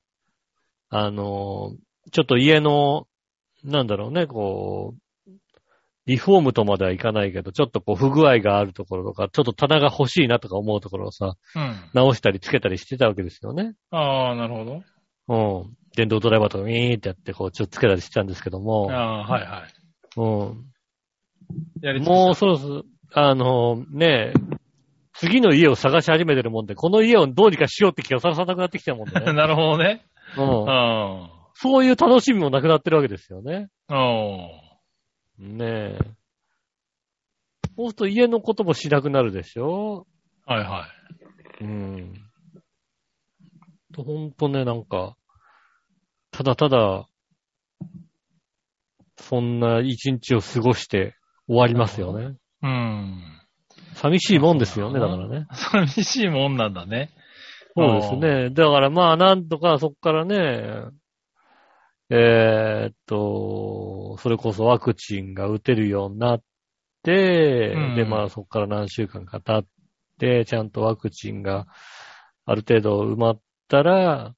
A: あのーちょっと家の、なんだろうね、こう、リフォームとまではいかないけど、ちょっとこう不具合があるところとか、ちょっと棚が欲しいなとか思うところをさ、
C: うん。
A: 直したりつけたりしてたわけですよね。
C: ああ、なるほど。
A: うん。電動ドライバーとかウィーンってやって、こう、ちょっとつけたりしてたんですけど
C: あ
A: も、
C: あ、はいは
A: うん。
C: い。やりつ
A: もう
C: つ、、
A: そろそろ、あの、ねえ、次の家を探し始めてるもんで、この家をどうにかしようって気がさらさなくなってきたもんで、ね
C: なるほどね。
A: うん
C: あ
A: そういう楽しみもなくなってるわけですよね。
C: あ。お
A: ねえ。そうすると家のこともしなくなるでしょ
C: ーはいは
A: うん。とほんとね、なんか、ただただ、そんな一日を過ごして終わりますよね。
C: い。うん。
A: 寂しいもんですよね、だ
C: そう
A: か
C: だな
A: らね。
C: 寂しいもんなんだね。
A: そうですね。だからまあ、なんとかそこからね、えーっと、それこそワクチンが打てるようになって、
C: うん
A: でまあそこから何週間か経って、ちゃんとワクチンがある程度埋まったら、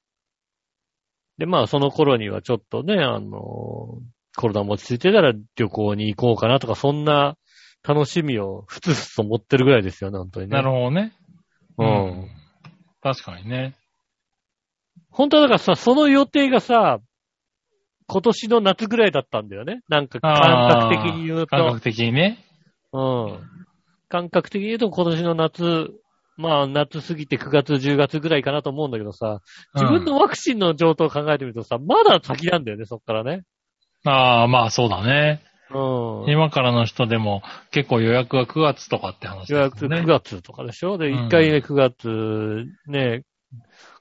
A: でまあその頃にはちょっとね、あの、コロナも落ち着いてたら旅行に行こうかなとか、そんな楽しみをふつふつと持ってるぐらいですよね、本当にね。
C: なるほどね。
A: ほうん。。
C: 確かにね。
A: 本当はだからさ、その予定がさ、今年の夏ぐらいだったんだよね。なんか感
C: あー
A: 覚的に言う
C: 感
A: と
C: 覚。的にね。
A: うん。感覚的に言うと今年の夏、まあ夏過ぎて9月、10月ぐらいかなと思うんだけどさ、自分の
C: うん
A: ワクチンの状況を考えてみるとさ、まだ先なんだよね、そっからね。
C: ああ、まあそうだね。
A: うん。
C: 今からの人でも結構予約が9月とかって話
A: 予
C: だ
A: 約
C: す
A: 9
C: ね。
A: 月とかでしょで、
C: うん
A: 1回目9月、ね、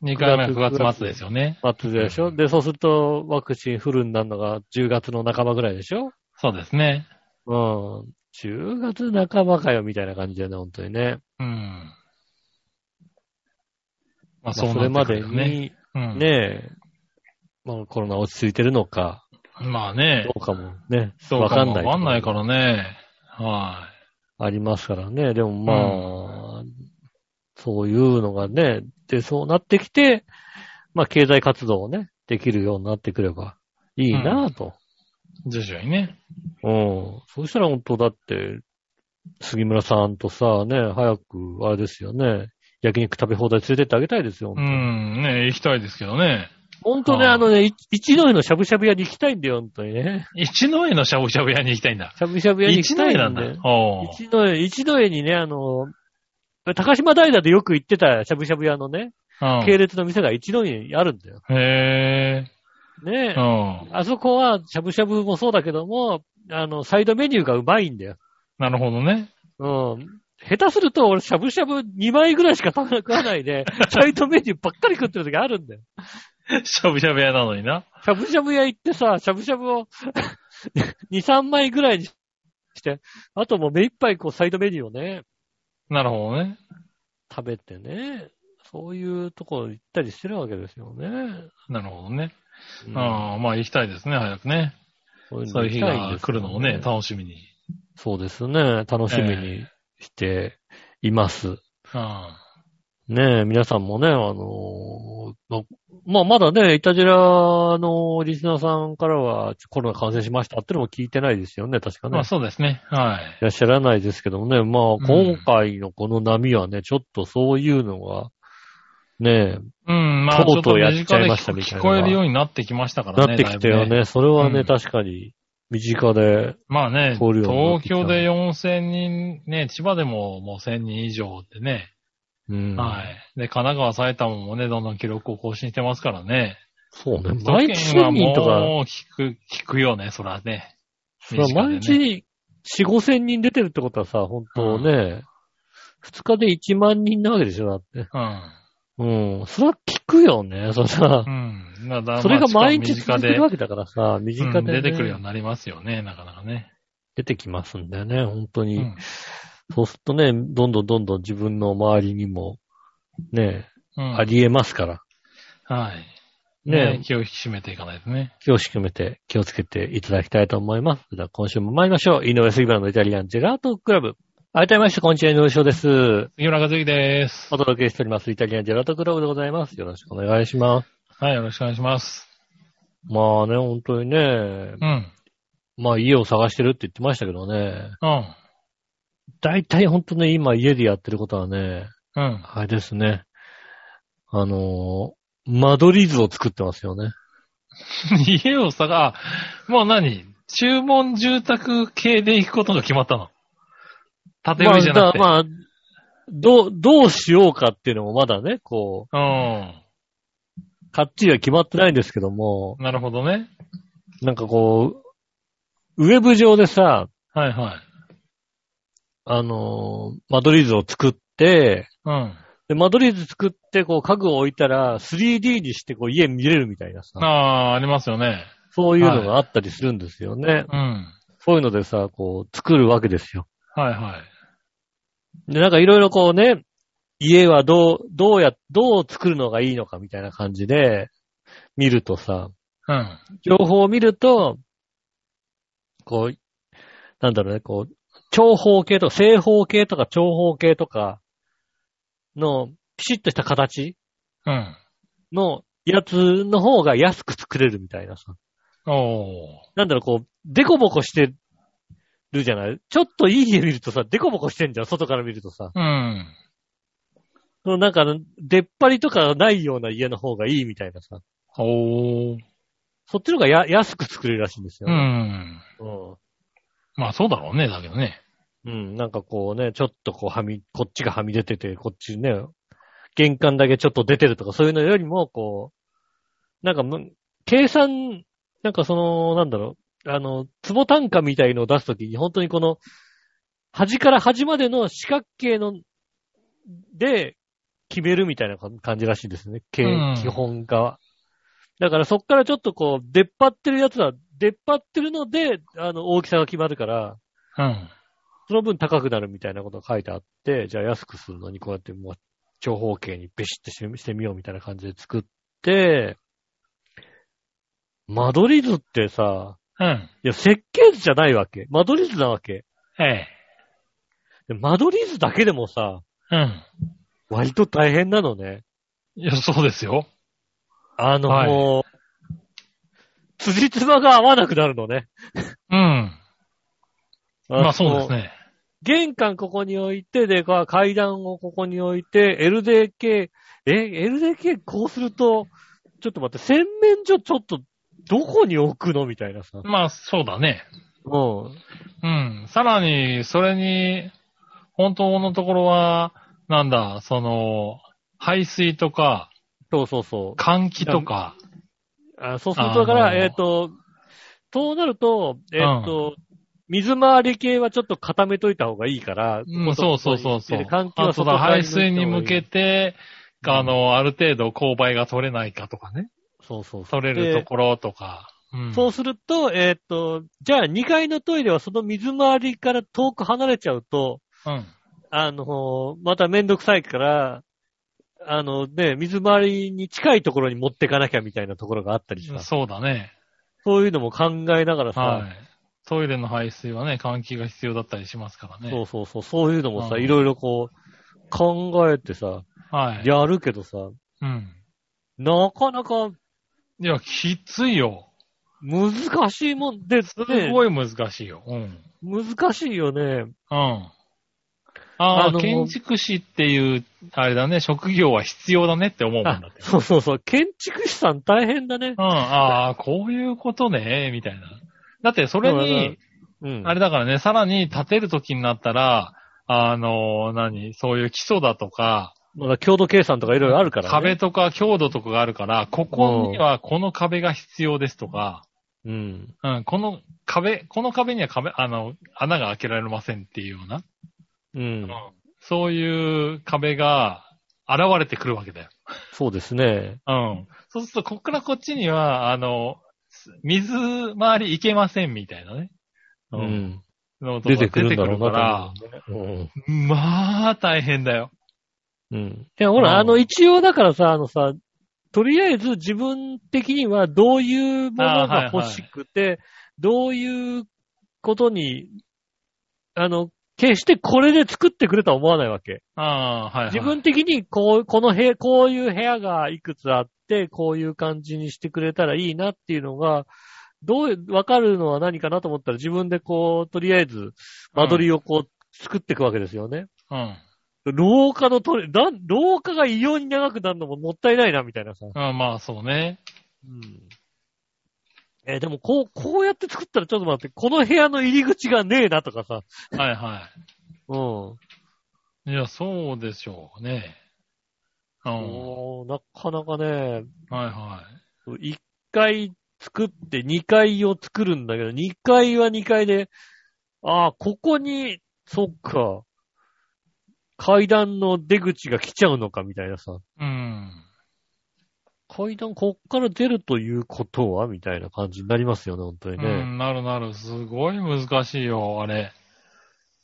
C: 2回目は
A: 9
C: 9
A: 月
C: 月末ですよね。
A: 末でしょ
C: うん
A: で、そうするとワクチンフルになるのが10月の半ばぐらいでしょ
C: そうですね。
A: うん。10月半ばかよ、みたいな感じだよね、本当にね。
C: うん。まあ
A: まあ
C: そう
A: それ
C: な
A: ま
C: ってく
A: で
C: るよ
A: に、
C: ね。
A: ね
C: うん
A: え、まあコロナ落ち着いてるのか、
C: まあね
A: ど。うかもね、
C: どう
A: わ
C: か
A: かん
C: も
A: ない。
C: わかんないからね。は
A: ありますからね。でもまあ、そういうのがね、で、そうなってきて、まあ経済活動をね、できるようになってくればいいなぁと。
C: い。徐々にね。
A: うん。そしたら本当だって、杉村さんとさ、ね、早く、あれですよね、焼肉食べ放題連れてってあげたいですよ。
C: うん。ね行きたいですけどね。
A: 本当ね、
C: はあ
A: あのね、い一の湯のしゃぶしゃぶ屋に行きたいんだよ、本当にね。
C: 一の江のしゃぶしゃぶ屋に行きたいんだ。
A: しゃぶしゃぶ屋に行き
C: 一
A: た
C: の
A: い
C: 江
A: んだ
C: な
A: よ
C: んだ。おー
A: 一の江、一の江にね、あの、高島平でよく行ってたしゃぶしゃぶ屋のね、
C: うん
A: 系列の店が一の江にあるんだよ。
C: へ
A: ね
C: え。うん。
A: あそこは、しゃぶしゃぶもそうだけども、あの、サイドメニューがうまいんだよ。
C: なるほ どね。
A: うん。下手すると、俺、しゃぶしゃぶ2枚ぐらいしか食べ食わない で、サイドメニューばっかり食ってる時あるんだよ。
C: しゃぶしゃぶ屋なのにな。
A: しゃぶしゃぶ屋行ってさ、しゃぶしゃぶを 2、3枚ぐらいにして、あともう目いっぱいこうサイドメニューをね、
C: なるほどね。
A: 食べてね、そういうところ行ったりしてるわけですよね。
C: なるほどね。
A: う
C: うんん、まあ行きたいですね、早くね。
A: そういう
C: そういう日が来るのをね、
A: た
C: 楽しみに。
A: そうですね、楽しみにしています。
C: うん。
A: ねえ、皆さんもね、あのーまあ、まだね、イタジラのリスナーさんからはコロナ感染しましたってのも聞いてないですよね、確かね。
C: まあそうですね。はい。
A: いらっしゃらないですけどもね、まあ、
C: うん
A: 今回のこの波はね、ちょっとそういうのが、ね
C: うん、まあち
A: と
C: ょ
A: う
C: っ
A: と
C: と
A: うやっ
C: 身
A: ちゃ
C: 近
A: い
C: で
A: ましたみたい
C: 聞
A: な
C: こえるようになってきましたか
A: え、な
C: らね。
A: ってきたよ
C: だいぶ
A: ね。それはね、
C: うん
A: 確かに、身近で、
C: まあね、
A: 通るようになっ
C: 東
A: てきた
C: 京で4000人、ね、千葉でももう1000人以上ってね。
A: うん
C: はい。で、神奈川、埼玉もね、どんどん記録を更新してますからね。
A: そうね、
C: 首
A: 毎
C: 都
A: 日
C: 圏は
A: 1000人とか、
C: もう聞く、聞くよね、そらね。
A: まあ毎
C: 身近でね
A: 日4、5000人出てるってことはさ、本当ね、2日で1万人なわけでしょ、だって。
C: うん。
A: うん。それは聞くよね。それは
C: う、ん。だだ
A: それが毎日
C: まあしかも
A: 続いて
C: 身近で
A: るわけだからさ、身近で、ね
C: うん出てくるようになりますよね、なかなかね。
A: 出てきますんだよね、本当
C: う
A: に。
C: ん。
A: そうするとね、どんどんどんどん自分の周りにも、ね、
C: うん
A: ありえますから。
C: はい。
A: ね
C: ね気を引き締めていかないとね。
A: 気を含めて気をつけていただきたいと思います。それでは今週も参りましょう。井上杉原のイタリアンジェラートクラブ。改めまして、こんにちは、井上翔です。
C: 杉村和之です。
A: お届けしております。イタリアンジェラートクラブでございます。よろしくお願いします。
C: はい、よろしくお願いします。
A: まあね、本当にね、
C: うん。
A: まあ家を探してるって言ってましたけどね。
C: うん。
A: 大体ほんとね、今家でやってることはね、
C: うん。
A: あれですね。あのー間取り図を作ってますよね。
C: 家を探、あもう何注文住宅系で行くことが決まったの建て売りじゃなくて。
A: まあ、だまあ、どう、どうしようかっていうのもまだね、こう、かっちりは決まってないんですけども
C: う、ん。なるほどね。
A: なんかこう、ウェブ上でさ、
C: はいはい。
A: あのー間取り図を作って、
C: うん。
A: で、間取り図作って、こう、家具を置いたら、3D にして、こう、家見れるみたいな
C: あ
A: さ、
C: あ、ありますよね。
A: そういうのがあったりするんですよね。
C: うん。
A: そういうのでさ、こう、作るわけですよ。
C: はいはい。
A: で、なんかいろいろこうね、家はどう、どうや、どう作るのがいいのかみたいな感じで、見るとさ、
C: うん。
A: 情報を見ると、こう、なんだろうね、こう、長方形とか、正方形とか長方形とかの、ピシッとした形
C: うん。
A: のやつの方が安く作れるみたいなさ。
C: おー。
A: なんだろう、こう、デコボコしてるじゃないちょっといい家見るとさ、デコボコしてんじゃん、外から見るとさ。
C: うん。
A: そのなんかあの、出っ張りとかないような家の方がいいみたいなさ。
C: おー。
A: そっちの方がや安く作れるらしいんですよ
C: う
A: ね。
C: ん。
A: うん。
C: まあそうだろうね、だけどね。
A: うん。なんかこうね、ちょっとこうはみ、こっちがはみ出てて、こっちね、玄関だけちょっと出てるとか、そういうのよりも、こう、なんかむ、計算、なんかその、なんだろう、あの、壺単価みたいのを出すときに、本当にこの、端から端までの四角形の、で、決めるみたいな感感じらしいですね。け
C: うん
A: 基本がは。だからそっからちょっとこう、出っ張ってるやつは、出っ張ってるので、あの、大きさが決まるから、
C: うん。
A: その分高くなるみたいなことが書いてあって、じゃあ安くするのにこうやってもう長方形にベシッてしてしてみようみたいな感じで作って、間取り図ってさ、
C: うん。
A: いや設計図じゃないわけ。間取り図なわけ。
C: ええ。
A: で間取り図だけでもさ、
C: うん。
A: 割と大変なのね。
C: いや、そうですよ。
A: あの、
C: はい
A: もう、辻褄が合わなくなるのね。
C: うん。まあそうです
A: ね
C: ね。
A: 玄関ここに置いて、で、か階段をここに置いて、LDK、え、LDK こうすると、ちょっと待って、洗面所ちょっと、どこに置くのみたいなさ。
C: まあそうだね。
A: うん。
C: うん。さらに、それに、本当のところは、なんだ、その、排水とか、
A: そうそうそう。
C: 換気とか、
A: あそうすると、だから、
C: あのー
A: えっ、と、そうなると、えっ、と、水回り系はちょっと固めといた方がいいから、
C: うん、そうそうそうそう
A: で。換気
C: あ
A: は
C: と
A: 外
C: だ、
A: 側
C: 排水に向け
A: て。
C: て、
A: うん
C: あの、ある程度勾配が取れないかとかね。
A: そうそうそう。
C: 取れるところとか。うん。
A: そうすると、えーっと、じゃあ2階のトイレはその水回りから遠く離れちゃうと、
C: うん。
A: あのー、まためんどくさいから、あのね、水回りに近いところに持ってかなきゃみたいなところがあったりさ、
C: そうだね。
A: そういうのも考えながらさ、
C: はい。トイレの排水はね、換気が必要だったりしますからね。
A: そうそうそう、そういうのもさ、
C: うん
A: いろいろこう、考えてさ、
C: はい。
A: やるけどさ、
C: うん。
A: なかなか
C: いや、きついよ。
A: 難しいもんで、ね、
C: すごい難しいよ。うん。
A: 難しいよね。
C: うん。あ
A: あ
C: あ、
A: の
C: 建築士っていう、あれだね、職業は必要だねって思うもん だ
A: あ
C: って。
A: そうそうそう、建築士さん大変だね
C: う。ん、ああ、こういうことね、みたいな。だってそれに、
A: うん。
C: あれだからね、さらに建てるときになったら、あの、何、そういう基礎だとか、
A: まだ強度計算とかいろいろあるから、ね。
C: 壁とか強度とかがあるから、ここにはこの壁が必要ですとか、
A: うん。
C: うん、この壁、この壁には壁、あの、穴が開けられませんっていうような、
A: うん。
C: そういう壁が現れてくるわけだよ。
A: そうですね。
C: うん。そうすると、こっからこっちには、あの、す水回り行けませんみたいなね。
A: う。
C: うんのとか
A: 出てくるんだろう
C: 出てく
A: な
C: るか
A: と思うね。うん。
C: ら、まあ、大変だよ。
A: うん。いや、ほら、
C: うん
A: あの、一応だからさ、あのさ、とりあえず自分的にはどういうものが欲しくて、どういうことに、あの、決してこれで作ってくれとは思わないわけ。
C: ああ、はい、はい。
A: 自分的にこう、この部屋、こういう部屋がいくつあって、こういう感じにしてくれたらいいなっていうのが、どう、わかるのは何かなと思ったら自分でこう、とりあえず、間取りをこう、作っていくわけですよね。
C: うん。
A: 廊下のトイレ、だ廊下が異様に長くなるのももったいないな、みたいなさ。
C: うん、まあ、そうね。
A: うん。えーでもこう、こうやって作ったらちょっと待って、この部屋の入り口がねえなとかさ。
C: はい、は
A: うん。
C: い。いや、そうでしょうね。うん。は
A: おーなかなかね、
C: い、は
A: 1階作って2階を作るんだけど、2階は2階で、ああ、ここに、そっか、階段の出口が来ちゃうのかみたいなさ。
C: い。うん。
A: 階段、こっから出るということはみたいな感じになりますよね、本当にね。
C: うん、なるなる。すごい難しいよ、あれ。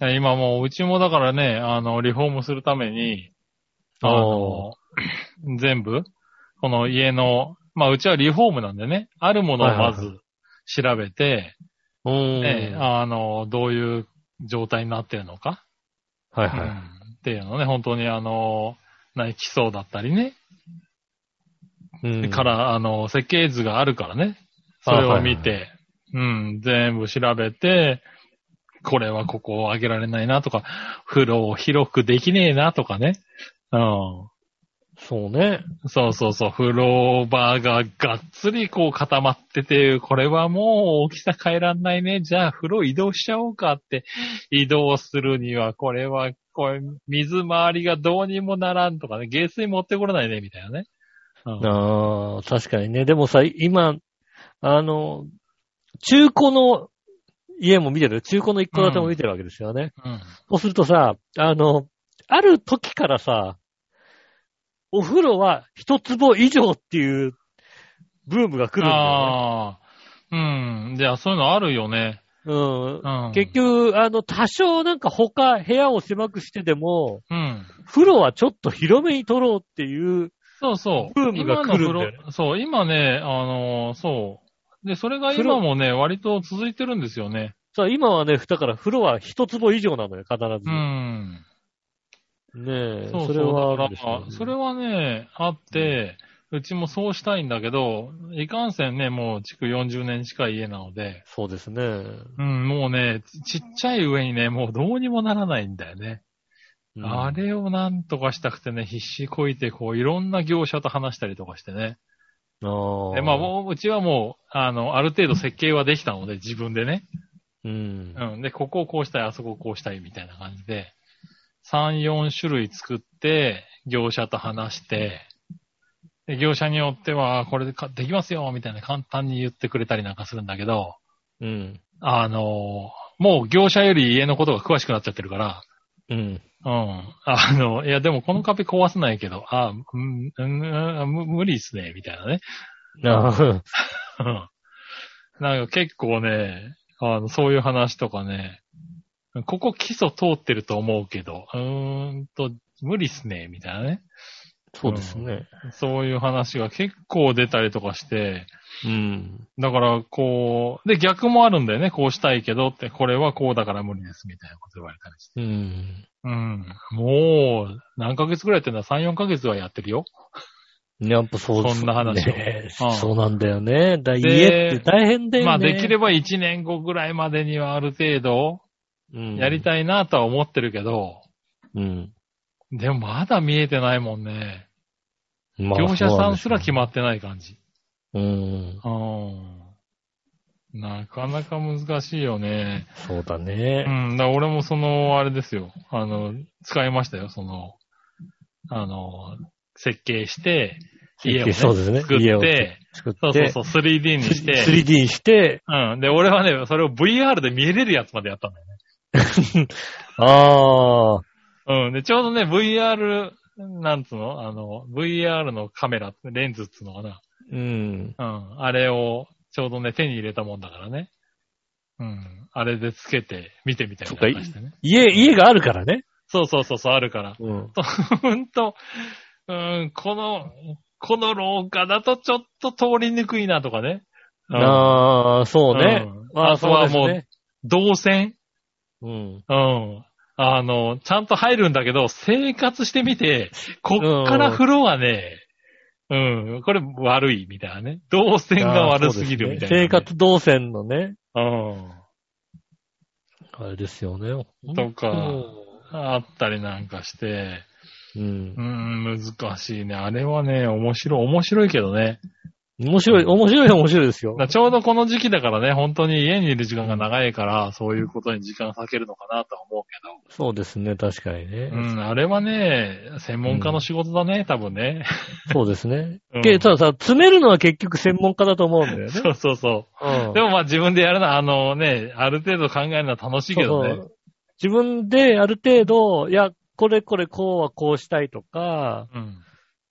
C: いや今もう、うちもだからね、あの、リフォームするために、あの、全部、この家の、まあ、うちはリフォームなんでね、あるものをま
A: はいはい
C: ず調べて、
A: うん
C: ねあの、どういう状態になってるのか、
A: はい
C: うん
A: は
C: っていうのね、本当にあの、何、基礎だったりね、
A: い。うん
C: から、あの、設計図があるからね、それを見て、うん、全部調べて、これはここを上げられないなとか、風呂を広くできねえなとかね。うん。
A: そうね。
C: そうそうそう、風呂場ががっつりこう固まってて、これはもう大きさ変えらんないね。じゃあ風呂移動しちゃおうかって、移動するには、これは、これ、水回りがどうにもならんとかね、下水持ってこれないね、みたいなね。うん
A: ああ、確かにね。でもさ、今、あの、中古の家も見てる。中古の一戸建ても見てるわけですよね。
C: うん。
A: そうするとさ、あの、ある時からさ、お風呂は一坪以上っていうブームが来るんだよね。
C: ああ。うん。じゃあ、そういうのあるよね。
A: うん
C: うん。
A: 結局、あの、多少なんか他、部屋を狭くしてでも、
C: うん。
A: 風呂はちょっと広めに取ろうっていう、
C: そうそう。
A: ブームが来るんだよね
C: 今の風呂そう、今ね、あのーそう。で、それが今もね、割と続いてるんですよね。
A: さあ今はね、だから風呂は一坪以上なのよ、必ず。
C: うん。
A: ねえ、
C: そうそう。
A: れはある
C: だ
A: んでし
C: か
A: ょうね、
C: ら、それはね、あって、うちもそうしたいんだけど、いかんせんね、もう築40年近い家なので、
A: そうですね。
C: うん、もうね、ちちっちゃい上にね、もうどうにもならないんだよね。
A: うん
C: あれをなんとかしたくてね、必死こいて、こう、いろんな業者と話したりとかしてね。
A: ああ。
C: で、まあ、もううちはもう、あの、ある程度設計はできたので、自分でね。
A: うん。
C: うん。で、ここをこうしたい、あそこをこうしたい、みたいな感じで、3、4種類作って、業者と話して、で、業者によっては、あこれでかできますよ、みたいな簡単に言ってくれたりなんかするんだけど、
A: うん。
C: あの、もう業者より家のことが詳しくなっちゃってるから、
A: うん。
C: うん。あの、いや、でもこの壁壊さないけど、あうん、うんうんむ無理っすね、みたいなね。
A: あ
C: うんなんか結構ね、あの、そういう話とかね、ここ基礎通ってると思うけど、うーんと、無理っすね、みたいなね。
A: そうですね。
C: そういう話が結構出たりとかして、
A: うん。
C: だから、こう、で、逆もあるんだよね。こうしたいけどって、これはこうだから無理です、みたいなこと言われたりして。
A: うん。
C: うん。もう、何ヶ月くらいやってんだ ?3、4ヶ月はやってるよ。
A: やっぱそう
C: そんな話を
A: ね
C: うん
A: そうなんだよね。だ
C: で
A: 家って大変だよね。
C: まあ、できれ
A: ば
C: ば1年後ぐらいまでにはある程度、やりたいなとは思ってるけど、
A: い。うん。
C: でもまだ見えてないもんね。
A: まあ
C: 業者さんすら決まってない感じ。
A: うん。
C: うん。なかなか難しいよね。
A: そうだ
C: う
A: ね。
C: ん。だから俺もその、あれですよ。あの、使いましたよ。その、あの、設計して、家を、ね、
A: そうですね
C: 作っ
A: 家を
C: て、
A: 作っ
C: そう
A: て、
C: そうそう、3D にして、
A: 3D にして、
C: うん。で、俺はね、それを VR で見れるやつまでやったんだよね。
A: ああ、
C: うん。で、ちょうどね、VR、なんつうのあの、VR のカメラ、レンズっつうのかな。
A: うん。
C: うん。あれを、ちょうどね、手に入れたもんだからね。うん。あれでつけて、見てみたいな話してね。
A: 家、家があるからね。
C: そうそうそう、そうある から。
A: うん。
C: ほんと、うん、この、この廊下だとちょっと通りにくいなとかね。うん、
A: ああ、そうね
C: うん。
A: ま
C: あとはもう
A: そですね
C: 動線
A: うん。
C: うん。あの、ちゃんと入るんだけど、生活してみて、こっから風呂はね、うん、これ悪いみたいなね。動線が悪すぎるみたいなね、
A: 生活動線のね、
C: うん。
A: あれですよね。
C: とか、あったりなんかして、
A: うん
C: う。ん、難しいね。あれはね、面白い、面白いけどね。
A: 面白い、面白い面白いですよ
C: だか。らちょうどこの時期だからね、本当に家にいる時間が長いから、そういうことに時間割けるのかなとは思う
A: そうですね、確かに
C: けど。う
A: ね。
C: ん、あれはね、専門家の仕事だね、多分ね。
A: そうですね
C: うん。
A: けたださ、詰めるのは結局専門家だと思うんだよね。
C: そうそうそうう。
A: ん
C: でもまあ自分でやるのは、あのね、ある程度考えるのは楽しいけど
A: そう
C: ね
A: そ。う自分である程度、いや、これこれこうはこうしたいとか、
C: うん。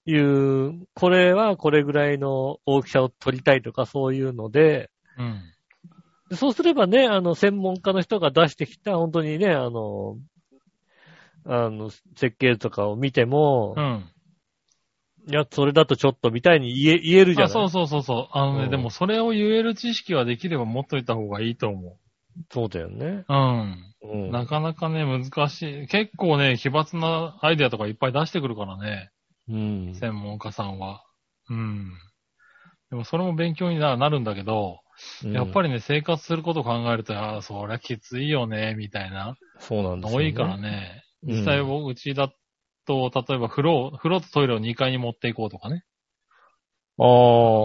A: いう、これはこれぐらいの大きさを取りたいとかそういうので、
C: うん。
A: でそうすればね、あの、専門家の人が出してきた、本当にね、あの、あの、設計図とかを見ても
C: う、ん。
A: いや、それだとちょっとみたいに言え、言えるじゃ
C: あ
A: ない
C: そうそうそうそう。あのね、
A: うん
C: でもそれを言える知識はできれば持っといた方がいいと思
A: そうだよね。
C: う。うん。
A: うん。
C: なかなかね、難しい。結構ね、奇抜なアイデアとかいっぱい出してくるからね、
A: うん。
C: 専門家さんは。うん。でもそれも勉強にななるんだけど、やっぱ
A: り、
C: りね、生活することを考えると、ああ、そりゃきついよね、みたいな
A: そうなんで
C: の
A: すよ
C: 多
A: ね
C: いから。ね。
A: うん
C: 実際僕、うちだと、例えば風呂を、風呂とトイレを2階に持っていこうとかね、
A: ああ。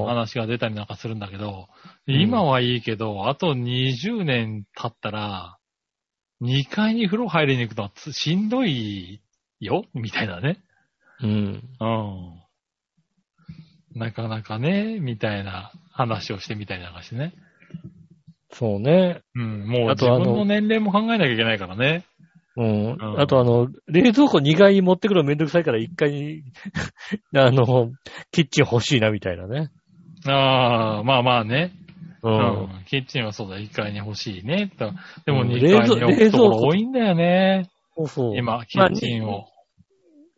C: 話が出たりなんかするんだけど、
A: うん
C: 今はいいけど、あと20年経ったら、2階に風呂入りに行くのはつしんどいよ、みたいなね。
A: うん。
C: うん。なかなかね、みたいな話をしてみたいなんかしてね。
A: そうね。
C: うん、もう
A: あ
C: 自
A: とあ
C: 分
A: の
C: の年齢も考えなきゃいけないからね。
A: うん。
C: ん
A: あとあの、冷蔵庫2階に持ってくるのめんどくさいから1階に、 あの、キッチン欲しいなみたいなね。
C: ああ、まあまあね。
A: う。
C: うんん。キッチンはそうだ、1階に欲しいね。とでも
A: うん
C: 2階に置くところ多いんだよね。
A: そうそう。
C: 今、キッチンを。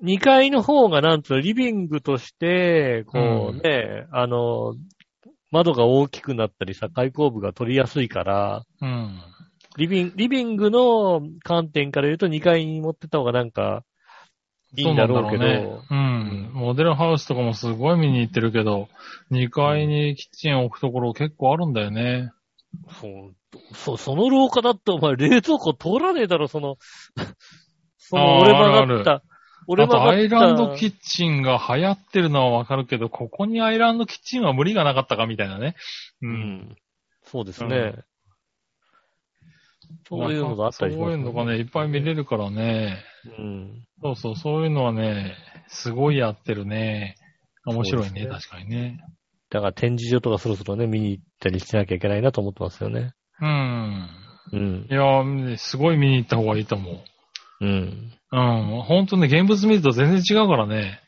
A: 2階の方がなんつうの、リビングとして、こうね、あの、窓が大きくなったりさ、開口部が取りやすいから、
C: うん。
A: リビング、リビングの観点から言うと2階に持ってった方がなんか、いいんだろうけど、
C: そなんだろうね。うん。モデルハウスとかもすごい見に行ってるけど、2階にキッチンを置くところ結構あるんだよね。
A: そう、そう、その廊下だってお前冷蔵庫通らねえだろ、その、 そ
C: あ
A: の
C: ー
A: 俺ば
C: あ
A: だっ
C: る
A: た、俺
C: あ
A: ば
C: と、
A: だ
C: ア
A: っ
C: イ
A: た。
C: ランドキッチンが流行ってるのはわかるけど、ここにアイランドキッチンは無理がなかったかみたいなね。う。
A: うんん。そうです
C: う
A: ね。そういうのがあったりし
C: そ
A: ま
C: うい
A: す
C: うのがね、いっぱい見れるからね。
A: うん。
C: そうそう、そういうのはね、すごいやってるね。面白い
A: そう
C: ね、
A: ですね
C: 確かにね。
A: だから展示場とかそろそろね、見に行ったりしなきゃいけないなと思ってますよね。
C: うん。
A: うん
C: い。やー、すごい見に行った方がいいと思う。
A: うん。
C: うん。ほんとね、現物見ると全然違うからね。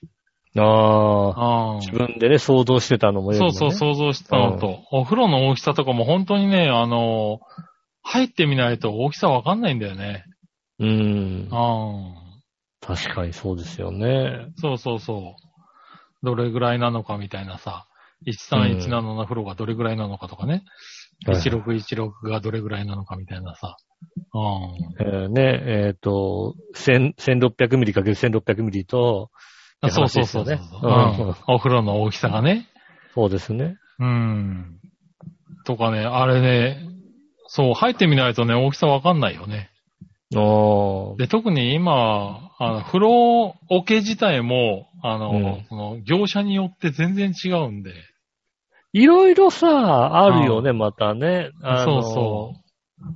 A: ああ。
C: あ
A: 自分でね、想像してたのもよりも、
C: そ
A: ね。
C: うそう、
A: う。
C: 想像してたのと。お風呂の大きさとかも本当にね、あのー、入ってみないと大きさわかんないんだよね。
A: うん。
C: うん。
A: 確かにそうですよね。
C: そうそうそう。どれぐらいなのかみたいなさ、1317の風呂がどれぐらいなのかとかね、
A: はい
C: 1616がどれぐらいなのかみたいなさ。うん。
A: えーね、えっ、と、1000 1600ミリかける1600ミリと、
C: あ
A: って
C: そう
A: 話
C: そう
A: です
C: そ
A: よ
C: うそう
A: ね
C: そう、うん。お風呂の大きさがね。
A: そうですね。
C: うん。とかね、あれね、そう、入ってみないとね、大きさわかんないよね。
A: ああ。
C: で、特に今、あの、風呂桶自体も、あの、
A: うん
C: その、業者によって全然違うんで。
A: いろいろさ、あるよね、またね。あ
C: そ
A: の
C: うそう。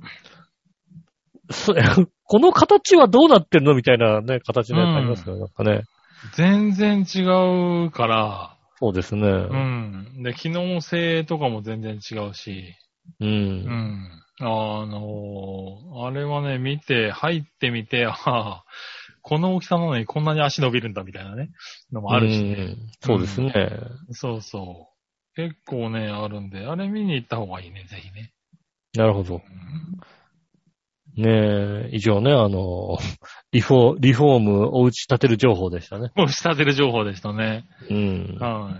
A: そ この形はどうなってるのみたいなね、形のやつありますよね、なんかね。
C: 全然違うから、
A: そうですね。
C: うん。で、機能性とかも全然違うし、
A: う。
C: うんん。あのーあれはね、見て、入ってみて、あ あ、この大きさなのにこんなに足伸びるんだみたいなね、のもあるし
A: う
C: ね。
A: んそうですね。
C: そうそう。結構ね、あるんで、あれ見に行った方がいいね、ぜひね。
A: なるほど。
C: うん
A: ねえ、以上ね、あの、リフォー、リフォーム、お家建てる情報でしたね。
C: もう仕立てる情報でしたね。
A: うん。
C: は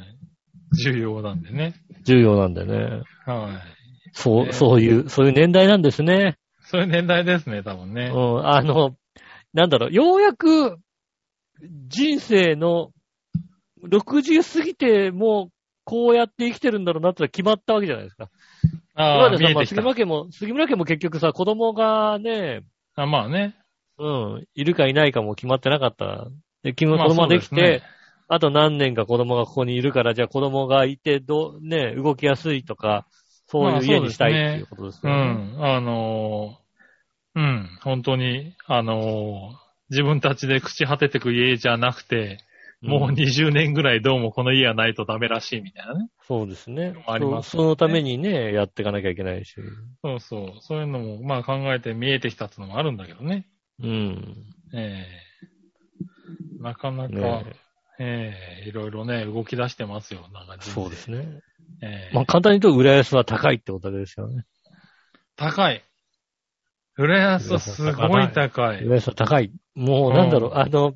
C: い。重要なんでね。
A: 重要なんでね。
C: はい。
A: そう、
C: ね
A: そういう、そういう年代なんですね。
C: そういう年代ですね、多分
A: うん。
C: ね。
A: あの、なんだろう、ようやく、人生の、60過ぎて、もう、こうやって生きてるんだろうなってのは決まったわけじゃないですか。
C: ああ、
A: 今まで
C: 見
A: さ、
C: え
A: まあ
C: てき
A: 杉
C: た。
A: 村家も、杉村家も結局さ、子供がね、
C: あまあね。
A: うん、いるかいないかも決まってなかった。で、君
C: ま
A: は
C: あ
A: 子供ができて、
C: そうですね
A: あと何年か子供がここにいるから、じゃあ子供がいて、どう、ね、動きやすいとか、そう
C: ま
A: い
C: あ
A: う
C: そうですね
A: 家にしたいっていうことです
C: う
A: よね。
C: ん、あのーうん、本当に、あのー自分たちで朽ち果ててく家じゃなくて、もう20年ぐらいどうもこの家はないとダメらしいみたいなね。
A: そうですね。
C: あります
A: そうそのためにね、やっていかなきゃいけないし。
C: そうそう、そういうのも、まあ考えて見えてきたってのもあるんだけどね。
A: うん。
C: ええなかなか、
A: ね
C: ええいろいろね、動き出してますよ、なんか人生
A: そうですね。
C: ええ
A: まあ簡単に言うと、浦安は高いってことですよね。
C: 高い。浦安はすごい高い。
A: 浦安は高い。もうなんだろう、あの、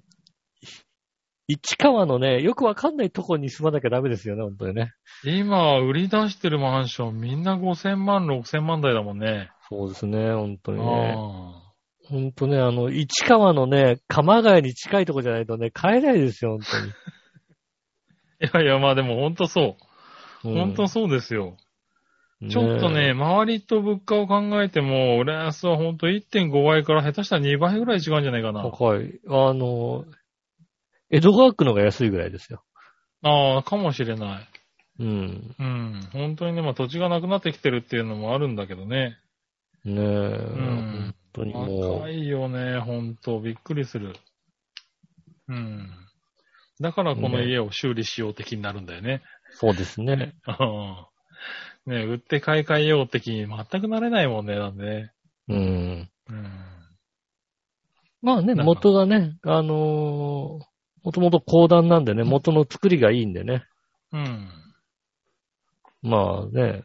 A: 市川のね、よくわかんないとこに住まなきゃダメですよね、本当にね。
C: 今、売り出してるマンションみんな5000万、6000万台だもんね。
A: そうですね、本当にね。
C: ああ
A: ほんとね、あの、市川のね、鎌ヶ谷に近いとこじゃないとね、買えないですよ、
C: いやいや、まあでも本当そう。
A: 本当に。
C: 本当そうですよ。ちょっとね、周りと物価を考えても、浦安はほんと1.5倍から下手したら2倍ぐらい違うんじゃないかな。
A: 高い。あの、江戸川区のが安いぐらいですよ。
C: ああ、かもしれない。
A: うん。
C: うん。本当にね、まあ土地がなくなってきてるっていうのもあるんだけどね。
A: ねえ、
C: ん
A: 本当にも
C: 高いよね、ほんと。びっくりする。うん。だからこの
A: ね
C: 家を修理しよう的になるんだよね。
A: う、そうですね。
C: うん。ね、売って買い替えよう的に全くなれないもんね、なんでね。
A: うん。
C: うん。
A: まあね、
C: なんか
A: 元がね、あのー、もともと高段なんでね、元の作りがいいんでね。
C: うん。
A: まあね、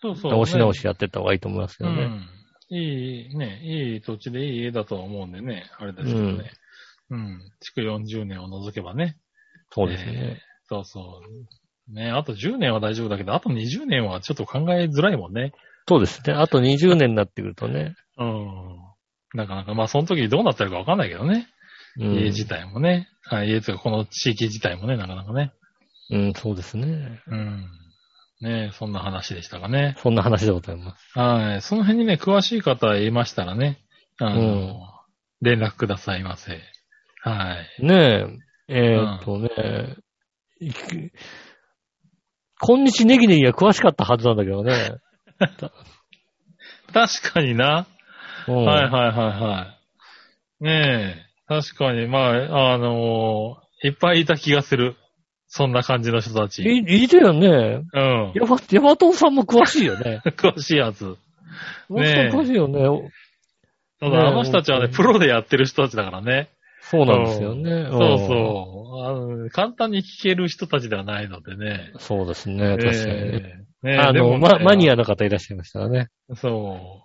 C: そうそう、
A: 直し直しやってった方がいいと思いますけ
C: う
A: どね。
C: ん。いい、ね、いい土地でいい家だとは思うんでね、あれですけどね。うん。築、40年を除けばね。
A: そうですね。
C: そうそう。ね、あと10年は大丈夫だけど、あと20年はちょっと考えづらいもんね。
A: そうですね。あと20年になってくるとね。
C: うん。なかなか、まあその時どうなってるかわかんないけどね。
A: うん、
C: 家自体もね。はい、家というかこの地域自体もね、なかなかね。
A: うん、そうですね。
C: うん。ねそんな話でしたかね。
A: そんな話でございます。
C: はい。その辺にね、詳しい方いましたらね、あの、
A: うん
C: 連絡くださいませ。はい。
A: ねえ、えーっとね、いき今日ネギネギが詳しかったはずなんだけどね。
C: 確かにな。
A: うん、
C: はいはいはいはい。ねえ、確かに、まあ、あのいっぱいいた気がする。そんな感じの人たち。
A: い、いいだよね。
C: うん。
A: ヤマ、ヤマトさんも詳しいよ ね。
C: 詳しいやつ。
A: ヤマトさん詳しいよね。
C: た
A: ねえ
C: だ、あの人たちはね、
A: 本
C: プロでやってる人たちだからね。
A: そうなんですよね。
C: そうそうあの。簡単に聞ける人たちではないのでね。
A: うん。そうですね、確かにね。
C: ええねえ
A: あ
C: でも
A: の、
C: ね
A: まマニアの方いらっしゃいましたらね。
C: そ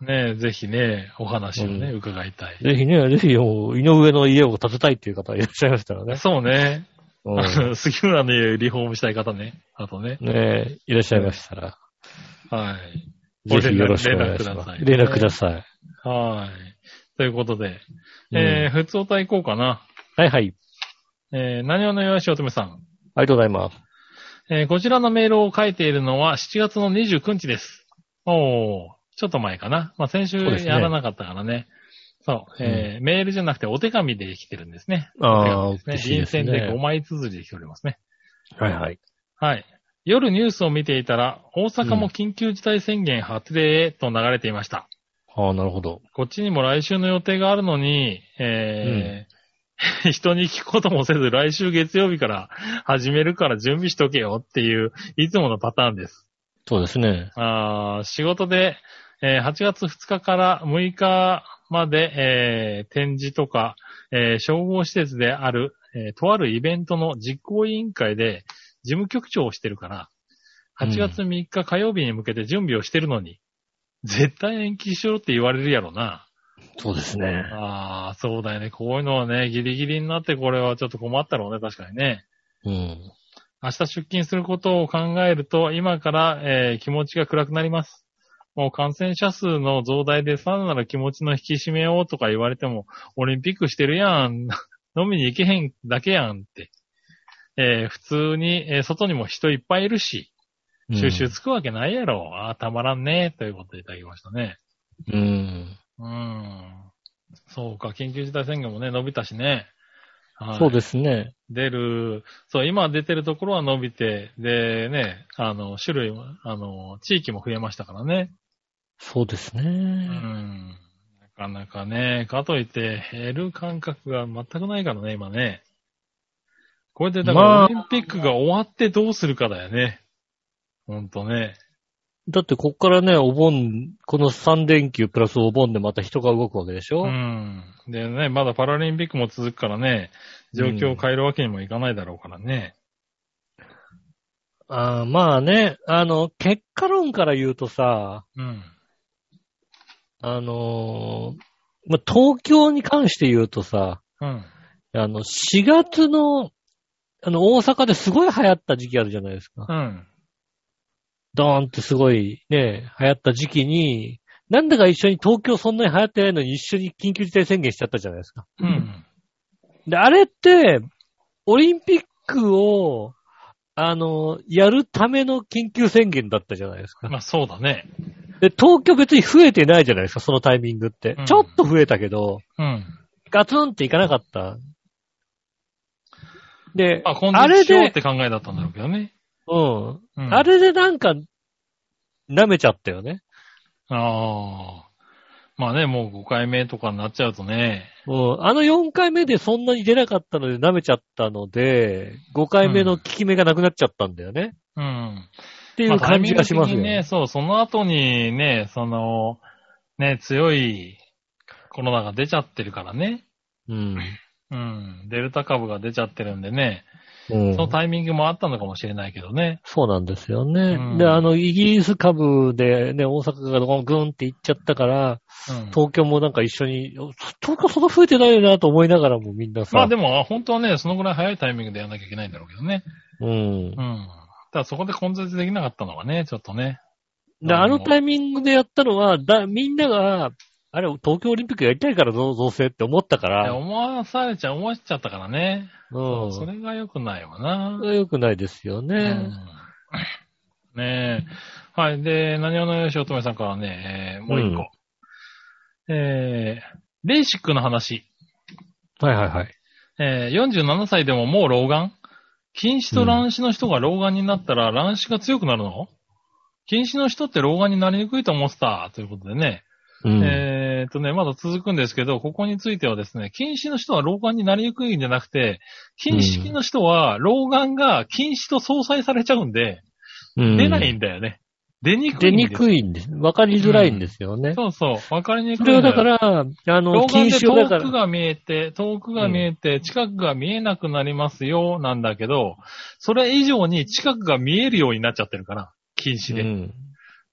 C: う。ねえ、ぜひね、お話をね、
A: うん
C: 伺いたい。
A: ぜひね、ぜひ、もう井上の家を建てたいっていう方いらっしゃいましたらね。
C: そうね。
A: う
C: あ
A: ん
C: の 杉村の家をリフォームしたい方ね。あとね。
A: ねいらっしゃいました ら、
C: はい。
A: ぜひよろしくお願いします。連絡ください。
C: はい。ということで、
A: うん
C: えー、普通歌行こうかな。
A: はいはい。
C: えー、何をのよしおとめさん。
A: ありがとうございます。
C: えー、こちらのメールを書いているのは7月の29日です。おー、ちょっと前かな。まあ、先週
A: そうですね
C: やらなかったからね。そう、えーメールじゃなくてお手紙で来てるんですね。
A: ああ、
C: お手紙ですね。
A: 嬉
C: 人
A: しい
C: 選
A: です
C: で5
A: ね。
C: 枚綴りで来ておりますね。
A: はいはい。
C: はい。夜ニュースを見ていたら、大阪も緊急事態宣言発令へと流れていました。
A: ああ、なるほど。
C: こっちにも来週の予定があるのに、えー 人に聞くこともせず、来週月曜日から始めるから準備しとけよっていう、いつものパターンです。
A: そうですね。
C: あー仕事で、えー8月2日から6日まで、えー展示とか、えー商合施設である、えーとあるイベントの実行委員会で事務局長をしてるから、8月3日火曜日に向けて準備をしてるのに、絶対延期しろって言われるやろな。
A: そうですね。
C: ああ、そうだよね。こういうのはね、ギリギリになってこれはちょっと困ったろうね、確かにね。
A: うん。
C: 明日出勤することを考えると、今から、えー気持ちが暗くなります。もう感染者数の増大でさらなる気持ちの引き締めをとか言われても、オリンピックしてるやん。 飲みに行けへんだけやんって。えー普通に、えー外にも人いっぱいいるし、収集つくわけないやろ。ああ、たまらんね。ということでいただきましたね。
A: うん。
C: うん。そうか、緊急事態宣言もね、伸びたしね。はい
A: そうですね。
C: 出る、そう、今出てるところは伸びて、でね、あの、種類も、あの、地域も増えましたからね。
A: そうですね。
C: うん。なかなかね、かといって減る感覚が全くないからね、今ね。これで、だか
A: ま
C: ら
A: あ
C: オリンピックが終わってどうするかだよね。ほんとね。
A: だってこっからね、お盆、この3連休プラスお盆でまた人が動くわけでしょ、
C: うん。でね、まだパラリンピックも続くからね、状況を変えるわけにもいかないだろうからね。
A: あーまあね、あの、結果論から言うとさ、
C: うん。
A: あのーまあ、東京に関して言うとさ、
C: うん。
A: あの、4月の、あの、大阪ですごい流行った時期あるじゃないですか。
C: うん。
A: ドーンってすごいね、流行った時期に、なんだか一緒に東京そんなに流行ってないのに一緒に緊急事態宣言しちゃったじゃないですか。
C: うん。
A: で、あれって、オリンピックを、あの、やるための緊急宣言だったじゃないですか。
C: まあそうだね。
A: で、東京別に増えてないじゃないですか、そのタイミングって。
C: うん
A: ちょっと増えたけど、
C: うん。
A: ガツンっていかなかった。で、
C: あ、今
A: あ
C: 度
A: れ
C: にしよう
A: で、
C: って考えだったんだろうけどね。
A: うん。
C: うん、
A: あれでなんか、舐めちゃったよね。
C: ああ。まあね、もう5回目とかになっちゃうとね。
A: うん。あの4回目でそんなに出なかったので舐めちゃったので、5回目の効き目がなくなっちゃったんだよね。
C: うん。
A: っていう感じがしますよ
C: まあタイミング的にね。
A: ね。
C: そう、その後にね、その、ね、強いコロナが出ちゃってるからね。
A: うん。
C: うん。デルタ株が出ちゃってるんでね。
A: うん
C: そのタイミングもあったのかもしれないけどね。
A: そうなんですよね。
C: うん
A: で、あの、イギリス株でね、大阪がグーンって行っちゃったから、
C: うん。
A: 東京もなんか一緒に、東京そんな増えてないよなと思いながらもみんなさ、
C: まあでも、あ本当はね、そのぐらい早いタイミングでやんなきゃいけないんだろうけどね。
A: うん
C: う。ん。ただそこで根絶できなかったのはね、ちょっとね。
A: で、あのタイミングでやったのは、だ、みんなが、あれ、東京オリンピックやりたいからどうどうせって思ったか
C: いや
A: ら、
C: 思わされちゃ、思わせちゃったからね。
A: うん。
C: そ
A: それ
C: れが良くないわな。
A: が良くないですよね。
C: うんねえ。はい。で、何をのよしおとめさんからね、えーもう一
A: う
C: 個。
A: ん
C: えー、レーシックの話。
A: はいはいはい。
C: えー、47歳でももう老眼近視と乱視の人が老眼になったら乱視が強くなるの、近視の人って老眼になりにくいと思ってた。ということでね。
A: うん。
C: えーっとね、まだ続くんですけど、ここについてはですね、近視の人は老眼になりにくいんじゃなくて、近視の人は老眼が近視と相殺されちゃうんで、
A: うん
C: 出ないんだよね。出にく
A: 出
C: いんで
A: に
C: す
A: くいんです。わかりづらいんですよね。
C: そうそう。わかりにくい
A: そ
C: んだ
A: れ
C: よ。
A: はだから、あの、
C: 老
A: 禁
C: 眼で
A: 止をだ
C: 遠
A: か
C: く
A: ら、
C: が見えて、遠くが見えて、近くが見えなくなりますよ、なんだけど、それ以上に近くが見えるようになっちゃってるから、近視
A: う
C: で。
A: ん。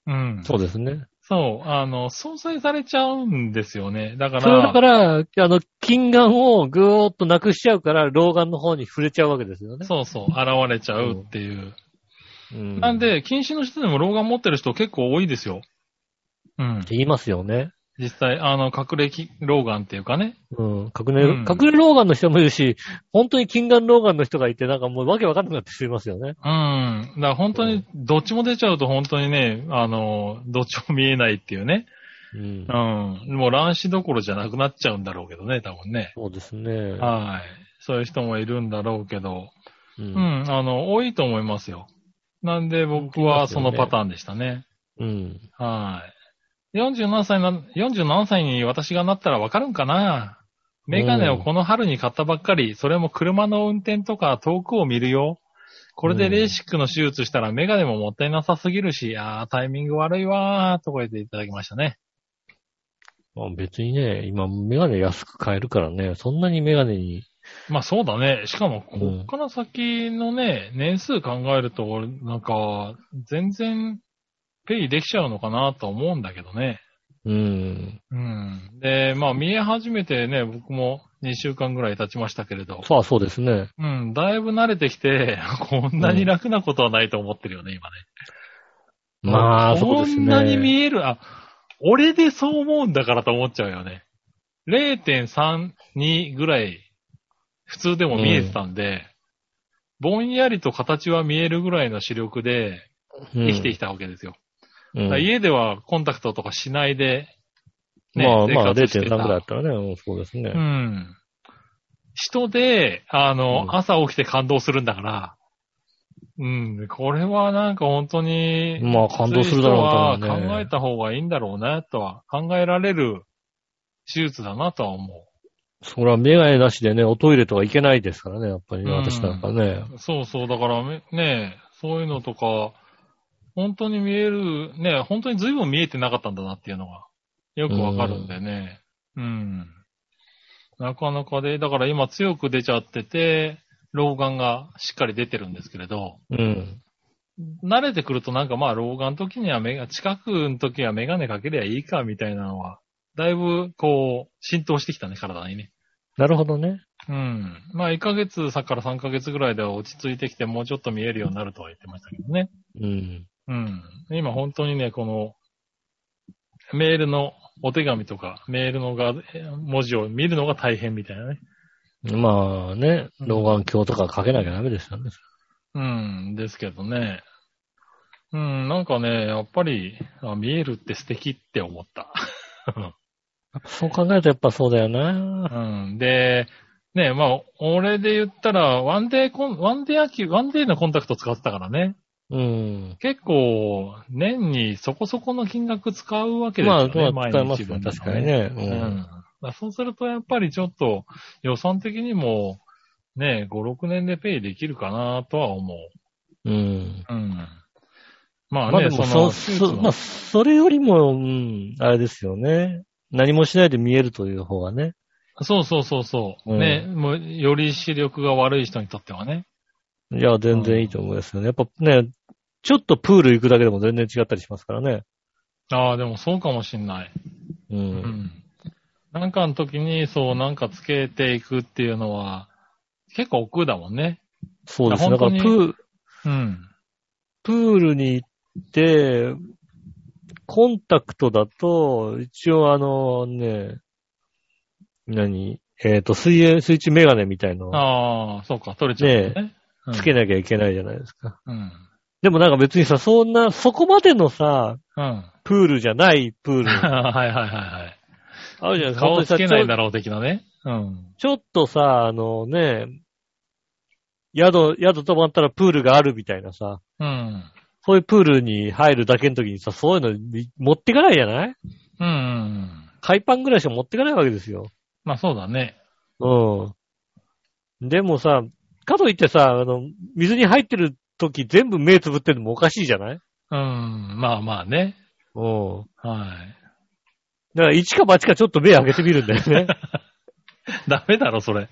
C: うん。
A: そうですね。
C: そう。あの、相殺されちゃうんですよね。だか
A: それはだ
C: ら
A: か、ら、あの、近眼をぐーっとなくしちゃうから、老眼の方に触れちゃうわけですよね。
C: そうそう、現れちゃうっていう。
A: うん
C: なん、で、近視の人でも老眼持ってる人結構多いですよ。うん。
A: 言いますよね。
C: 実際、あの、隠れき老眼っていうかね。
A: うん。隠れ、
C: うん
A: 隠れ老眼の人もいるし、本当に近眼老眼の人がいて、なんかもうわけわかんなくなってしまいますよね。
C: うん。だから本当に、どっちも出ちゃうと本当にね、あの、どっちも見えないっていうね。
A: うん
C: うん。。もう乱視どころじゃなくなっちゃうんだろうけどね、多分ね。
A: そうですね。
C: はい。そういう人もいるんだろうけど。
A: う。
C: うんん、あの、多いと思いますよ。なんで僕
A: いま
C: は
A: す
C: そ
A: よね
C: のパターンでしたね。
A: うん。
C: はい。47歳な、47歳に私がなったらわかるんかなメガネをこの春に買ったばっかり、それも車の運転とか遠くを見るよ。これでレーシックの手術したらメガネももったいなさすぎるし、あータイミング悪いわー、とか言っていただきましたね。
A: まあ別にね、今、メガネ安く買えるからね、そんなにメガネに、
C: まあそうだね。しかも、こっから先のね、年数考えると、俺なんか、全然、ペイできちゃうのかなと思うんだけどね。
A: うん。
C: うん。で、まあ見え始めてね、僕も2週間ぐらい経ちましたけれど、
A: さあそうですね。
C: うん、だいぶ慣れてきて、 こんなに楽なことはないと思ってるよね、今ね。
A: まあ、そうですね。
C: こんなに見える、あ、俺でそう思うんだからと思っちゃうよね。0.32ぐらい、普通でも見えてたんで、ぼんやりと形は見えるぐらいの視力で生きてきたわけですよ。
A: うん、
C: だから家ではコンタクトとかしないで、
A: まあまあ
C: 生活して
A: 0.3
C: た
A: ぐらいだったらね、うんそうですね。
C: うん。人で、あの、
A: うん
C: 朝起きて感動するんだから、うん、これはなんか本当に、
A: まあ感動するだろう
C: と
A: と思うね
C: 考えた方がいいんだろうな、とは、考えられる手術だなとは思
A: それはメガネなしでね、おトイレとか行けないですからね、やっぱりね、
C: うん
A: 私なんかね。
C: う。そうそう、だからめね、そういうのとか、本当に見える、ね、本当に随分見えてなかったんだなっていうのが、よくわかるんでね。うん。なかなかで、だから今強く出ちゃってて、老眼がしっかり出てるんですけれど、
A: うん。
C: 慣れてくるとなんかまあ老眼の時にはメガ、近くの時はメガネかけりゃいいかみたいなのは、だいぶこう、浸透してきたね、体にね。
A: なるほどね。
C: うん。まあ1ヶ月さから3ヶ月ぐらいでは落ち着いてきてもうちょっと見えるようになるとは言ってましたけどね。
A: うん。
C: うん。今本当にね、この、メールのお手紙とか、メールのが、え文字を見るのが大変みたいなね。
A: まあね、
C: うん
A: 老眼鏡とかかけなきゃダメですよね。
C: うん、ですけどね。うん、なんかね、やっぱり、あ見えるって素敵って思った。
A: そう考えるとやっぱそうだよな。
C: うん、で、ね、まあ、俺で言ったら、ワンデーコン、ワンデー野球、ワンデーのコンタクト使ってたからね。
A: うん。
C: 結構、年にそこそこの金額使うわけです
A: まあ、
C: よね、
A: まあ、使いますね。確かに。ね。う
C: うん
A: ん。。
C: まあそうすると、やっぱりちょっと、予算的にも、ね、5、6年でペイできるかなとは思う。
A: うん。
C: うん。まあ
A: まあ
C: ね、
A: でも、
C: その
A: そ、
C: 手術
A: そ、
C: の
A: まあ、それよりも、うん、あれですよね。何もしないで見えるという方がね。
C: そうそうそうそう。
A: うん
C: ね、もう、より視力が悪い人にとってはね。
A: いや、全然いいと思いますよね。やっぱね、ちょっとプール行くだけでも全然違ったりしますからね。
C: ああ、でもそうかもしんない。
A: う。
C: うんん。なんかの時に、そう、なんかつけていくっていうのは、結構億劫だもんね。
A: そうですね。
C: いや
A: だから
C: 本
A: プ
C: 当に
A: ー、
C: うん。
A: プールに行って、コンタクトだと、一応あのね、何えっ、と、水泳、水中メガネみたいのを
C: ああ、そうか、取れちゃうからね。うん
A: つけなきゃいけないじゃないですか。
C: うん。
A: でもなんか別にさ、そんな、そこまでのさ、
C: うん。
A: プールじゃないプール、あ
C: はいは
A: る
C: いは
A: じゃない
C: いは
A: です
C: い。
A: か。
C: 顔つけ
A: 本当
C: ない
A: にさ
C: だろう的なね。うん。
A: ちょちょっとさ、あのね、宿、宿泊まったらプールがあるみたいなさ、
C: うん。
A: そういうプールに入るだけの時にさ、そういうのに持ってかないじゃない
C: うんうんうん。
A: 海パンぐらいしか持ってかないわけですよ。
C: まあそうだね。
A: うん。でもさ、かといってさ、あの、水に入ってる時全部目つぶってるのもおかしいじゃない
C: うん。まあまあね。
A: うん。
C: はい。
A: だから、一か八かちょっと目開けてみるんだ よね。
C: ダメだろ、それ。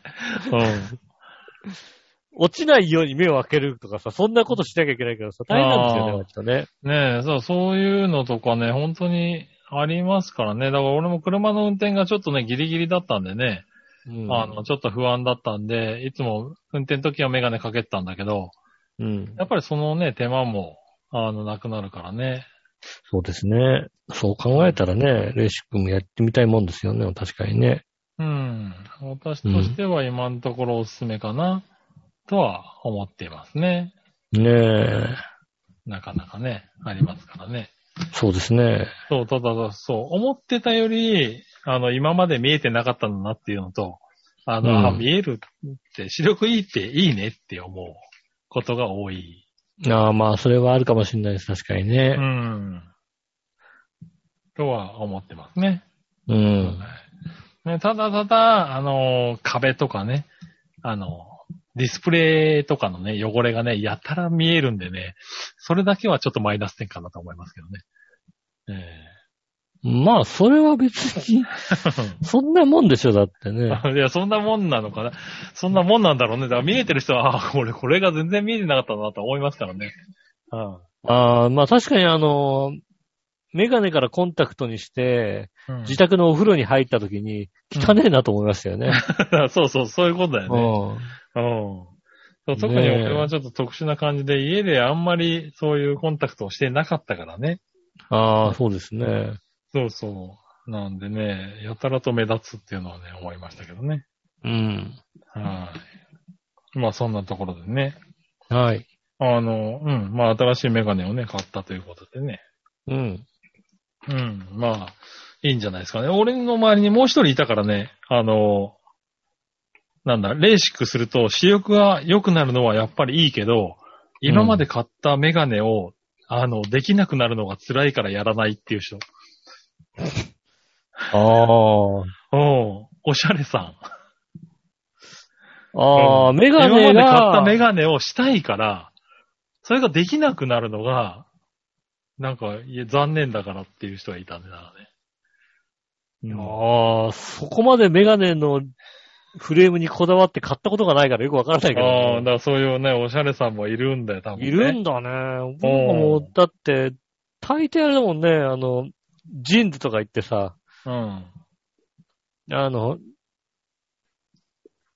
A: うん。落ちないように目を開けるとかさ、そんなことしなきゃいけないからさ、大変なんですよね
C: あー、
A: 割とね。
C: ねえ、そう、そういうのとかね、本当にありますからね。だから俺も車の運転がちょっとね、ギリギリだったんでね、
A: うん
C: あの、ちょっと不安だったんで、いつも運転の時はメガネかけてたんだけど、
A: うん。
C: やっぱりそのね、手間も、あの、なくなるからね。
A: そうですね。そう考えたらね、レーシックもやってみたいもんですよね、確かにね。
C: うん。私としては今のところおすすめかな、とは思っていますね。
A: ねえ。
C: なかなかね、ありますからね。
A: そうですね。
C: そう、ただ、そう、思ってたより、あの、今まで見えてなかったんだなっていうのと、あの、
A: うん
C: あ見えるって、視力いいっていいねって思うことが多い。
A: ああ、まあ、それはあるかもしれないです、確かに
C: う
A: ね。
C: ん。とは思ってますね。
A: うん。
C: ねただただ、あの、壁とかね、あの、ディスプレイとかのね、汚れがね、やたら見えるんでね、それだけはちょっとマイナス点かなと思いますけどね。え
A: まあ、それは別に、
C: え
A: そんなもんでしょ、だってね。
C: いや、そんなもんなのかな。そんなもんなんだろうね。だから見えてる人は、あ、俺、これが全然見えてなかったなと思いますからね。
A: ああ、まあ確かにあの、メガネからコンタクトにして、
C: うん。
A: 自宅のお風呂に入った時に、汚ねえなと思いましたよね。
C: そうそう、そういうことだよ
A: う
C: ね。
A: ん。
C: うん。そう特に
A: ねえ
C: 俺はちょっと特殊な感じで、家であんまりそういうコンタクトをしてなかったからね。
A: ああ、そうですね。
C: そうそう。なんでね、やたらと目立つっていうのはね、思いましたけどね。
A: うん。
C: はい。まあ、そんなところでね。
A: はい。
C: あの、うん。まあ、新しいメガネをね、買ったということでね。
A: うん。
C: うん、まあ、いいんじゃないですかね。俺の周りにもう一人いたからね、あの、なんだ、レーシックすると視力が良くなるのはやっぱりいいけど、今まで買ったメガネを、あの、できなくなるのが辛いからやらないっていう人。
A: ああ。
C: おうおしゃれさん。
A: ああ、メガ
C: 今ま
A: ネ
C: で買った
A: が、
C: メガネをしたいから、それができなくなるのが、なんか、いや残念だからっていう人がいたんだからね。
A: ああ、そこまでメガネのフレームにこだわって買ったことがないからよくわからないけどね、
C: ああ、だからそういうね、おしゃれさんもいるんだよ、多分、ね。
A: いるんだね。僕もう、だって、大抵あれだもんね、あの、ジーンズとか行ってさ、
C: うん。
A: あの、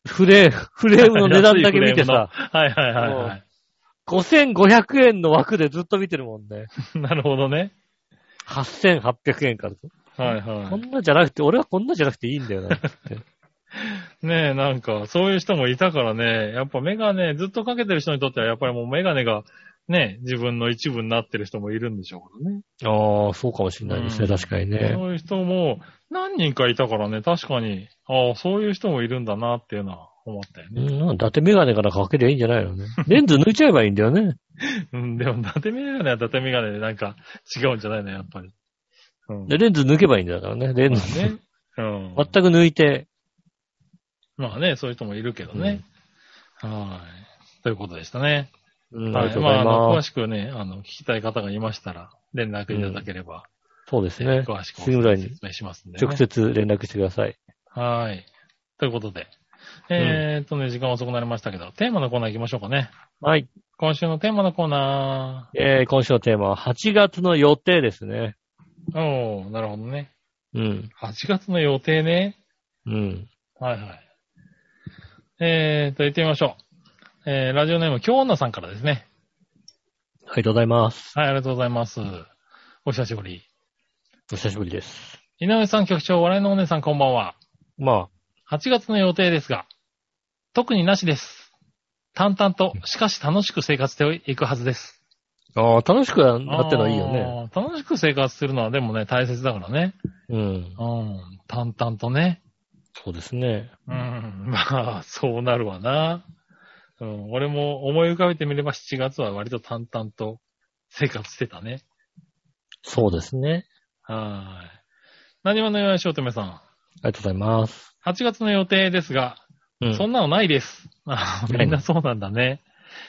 A: フレーム、フレームの値段だけ 見てさ、
C: はいはいはいは
A: 5500円の枠でずっと見てるもんね。
C: い。なるほどね。
A: 8800円からと。
C: はい
A: こ
C: は
A: んなじゃなくて、俺はこんなじゃなくていいんだよな。
C: ねえ、なんか、そういう人もいたからね、やっぱメガネずっとかけてる人にとっては、やっぱりもうメガネが、ね、自分の一部になってる人もいるんでしょうからね。
A: ああ、そうかもしれないですね、
C: うん
A: 確かにね。
C: そういう人も何人かいたからね、確かに、ああ、そういう人もいるんだなっていうのは思ったよ
A: う
C: ね。
A: ん、なんだってメガネからかけりゃいいんじゃないの ね。レンズ抜いちゃえばいいんだよね。
C: うん、でも、伊達メガネは伊達メガネでなんか違うんじゃないの、やっぱり。うん。
A: でレンズ抜けばいいんだからね。レン
C: ま
A: ズ
C: あ
A: ね。
C: ね。うん。
A: 全く抜いて。
C: まあね、そういう人もいるけどね。はい。ということでしたね。
A: うん、あり
C: は
A: がとう
C: ま
A: ござ
C: あ、
A: い
C: あの、詳
A: ます。
C: しくね、あの、聞きたい方がいましたら、連絡いただければ、
A: そうですね。
C: ね詳しくお
A: 杉村に
C: 説明しますんで、ね。
A: 直接連絡してください。
C: はい。ということで。えーっとね、時間遅くなりましたけど、テーマのコーナー行きましょうかね。
A: はい。
C: 今週のテーマのコーナ
A: えー、今週のテーマは8月の予定ですね。
C: ー。おー、なるほどね。
A: うん。
C: 8月の予定ね。
A: うん。
C: はいはい。えーっと、行ってみましょう。えー、ラジオネーム、京女さんからですね。
A: ありがとうございます。
C: はい、ありがとうございます。お久しぶり。
A: お久しぶりです。
C: 井上さん局長、笑いのお姉さんこんばんは。
A: ま
C: 8月の予定ですが、特になしです。淡々と、しかし楽しく生活していくはずです。
A: あ、ああ、楽しくはなってのはいいよね。
C: あー。楽しく生活するのはでもね、大切だからね。
A: うん。
C: うん。淡々とね。
A: そうですね。
C: うん。まあ、そうなるわな。うん。俺も思い浮かべてみれば7月は割と淡々と生活してたね。
A: そうですね。
C: はーい。何わのよやしおとめさん。
A: ありがとうございます。
C: 8月の予定ですが、
A: うん。
C: そんなのないです。あーみんなそうなんだね。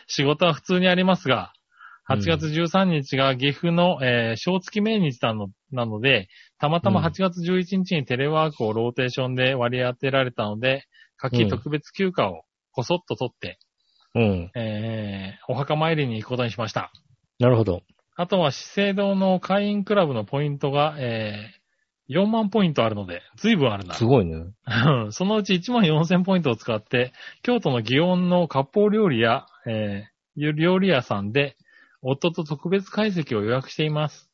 C: 仕事は普通にありますが、
A: うん
C: 8月13日が岐阜の、えー、小月命日なのなので、たまたま
A: うん
C: 8月11日にテレワークをローテーションで割り当てられたので、夏
A: うん
C: 季特別休暇をこそっと取って、
A: うん。
C: えーお墓参りに行くことにしました。
A: なるほど。
C: あとは資生堂の会員クラブのポイントが、えー4万ポイントあるので、随分あるな。
A: すごいね。
C: うんそのうち1万4000ポイントを使って、京都の祇園の割烹料理や、えー料理屋さんで、夫と特別解析を予約しています。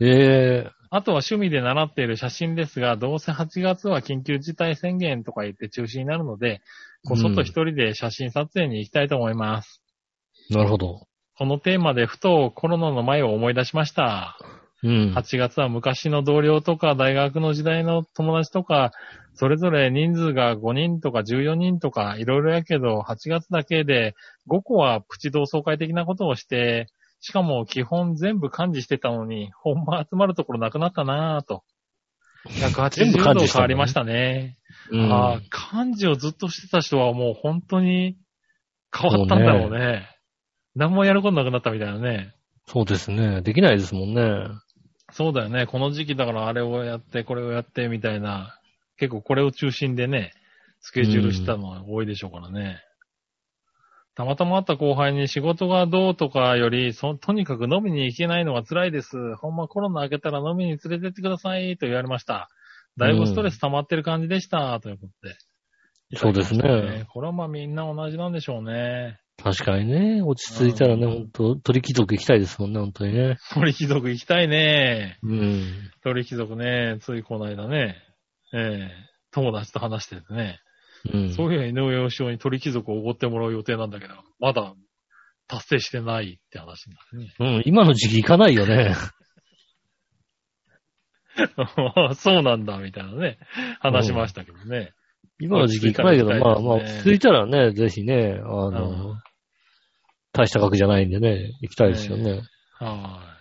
A: ええ
C: あとは趣味で習っている写真ですが、どうせ8月は緊急事態宣言とか言って中止になるので、こそっと一人で写真撮影に行きたいと思います。
A: なるほど。
C: このテーマでふとコロナの前を思い出しました。
A: うん。
C: 8月は昔の同僚とか大学の時代の友達とか、それぞれ人数が5人とか14人とかいろいろやけど、8月だけで5個はプチ同窓会的なことをして、しかも基本全部幹事してたのに、ほんま集まるところなくなったなぁと。
A: 全部幹
C: 180度
A: 事したんだね
C: 変わりましたね。
A: うん
C: ああ、漢字をずっとしてた人はもう本当に変わったんだろう
A: そ
C: ね。何もやることなくなったみたいなね。
A: そうですね。できないですもんね。
C: そうだよね。この時期だからあれをやって、これをやって、みたいな。結構これを中心でね、スケジュールしたのは多いでしょうからね。たまたま会った後輩に仕事がどうとかより、そとにかく飲みに行けないのが辛いです。ほんまコロナ明けたら飲みに連れてってくださいと言われました。だいぶストレス溜まってる感じでした。ということで。
A: そうですね。。
C: これはまあみんな同じなんでしょうね。
A: 確かにね。落ち着いたらね、
C: うん
A: ほんと、鳥貴族行きたいですもんね、本当にね。
C: 鳥貴族行きたいね。
A: うん。
C: 鳥貴族ね、ついこの間ね、ええ友達と話しててね、
A: うん。
C: そういう井上洋雄に鳥貴族をおごってもらう予定なんだけど、まだ達成してないって話に
A: うん、今の時期行かないよ ね。
C: なるね。 そうなんだ、みたいなね、話しましたけどね。
A: 今の時期行かないけど、
C: 落ち着いた
A: ま
C: ら
A: あまあ、
C: 行きたいですね
A: 落ち着いたらね、ぜひね、あ
C: う
A: の、大した額じゃないんでね、行きたいですよね。
C: は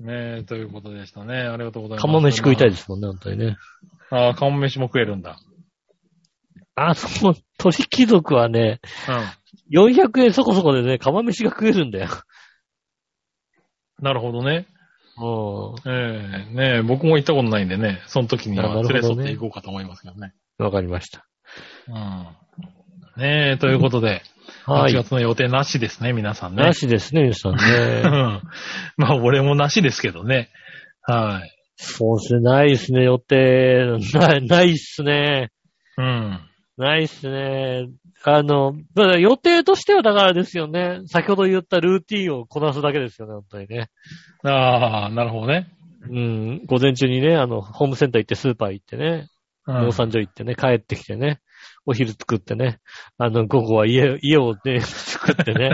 C: ーい。ねえ、ということでしたね。ありがとうございます。。
A: 釜飯食いたいですすもんね、本当にね。
C: ああ、釜飯も食えるんだ。
A: あ、その、鳥貴族はね、
C: う
A: 400円そこそこでね、釜飯が食えるんだよ。
C: ん。なるほどね。
A: う
C: ええねえ、僕も行ったことないんでね、その時に
A: あな
C: は
A: るほ
C: 連
A: どね
C: れ添って行こうかと思いますけどね。
A: ん。わかりました。
C: うん。ねえ、ということで。
A: は
C: 8
A: い。
C: 月の予定なしですね、皆さんね。
A: なしですね、皆さん
C: う
A: ね。
C: ん。まあ、俺もなしですけどね。はい。
A: そうですね、ないですね、予定。ない、ないっすね。
C: うん。
A: ないっすね。あの、だから予定としてはだからですよね。先ほど言ったルーティンをこなすだけですよね、本当にね。
C: ああ、なるほどね。
A: うん、午前中にね、あの、ホームセンター行って、スーパー行ってね、
C: う
A: 農
C: ん。
A: 産所行ってね、帰ってきてね、お昼作ってね。あの、午後は家、家をね、作って ね。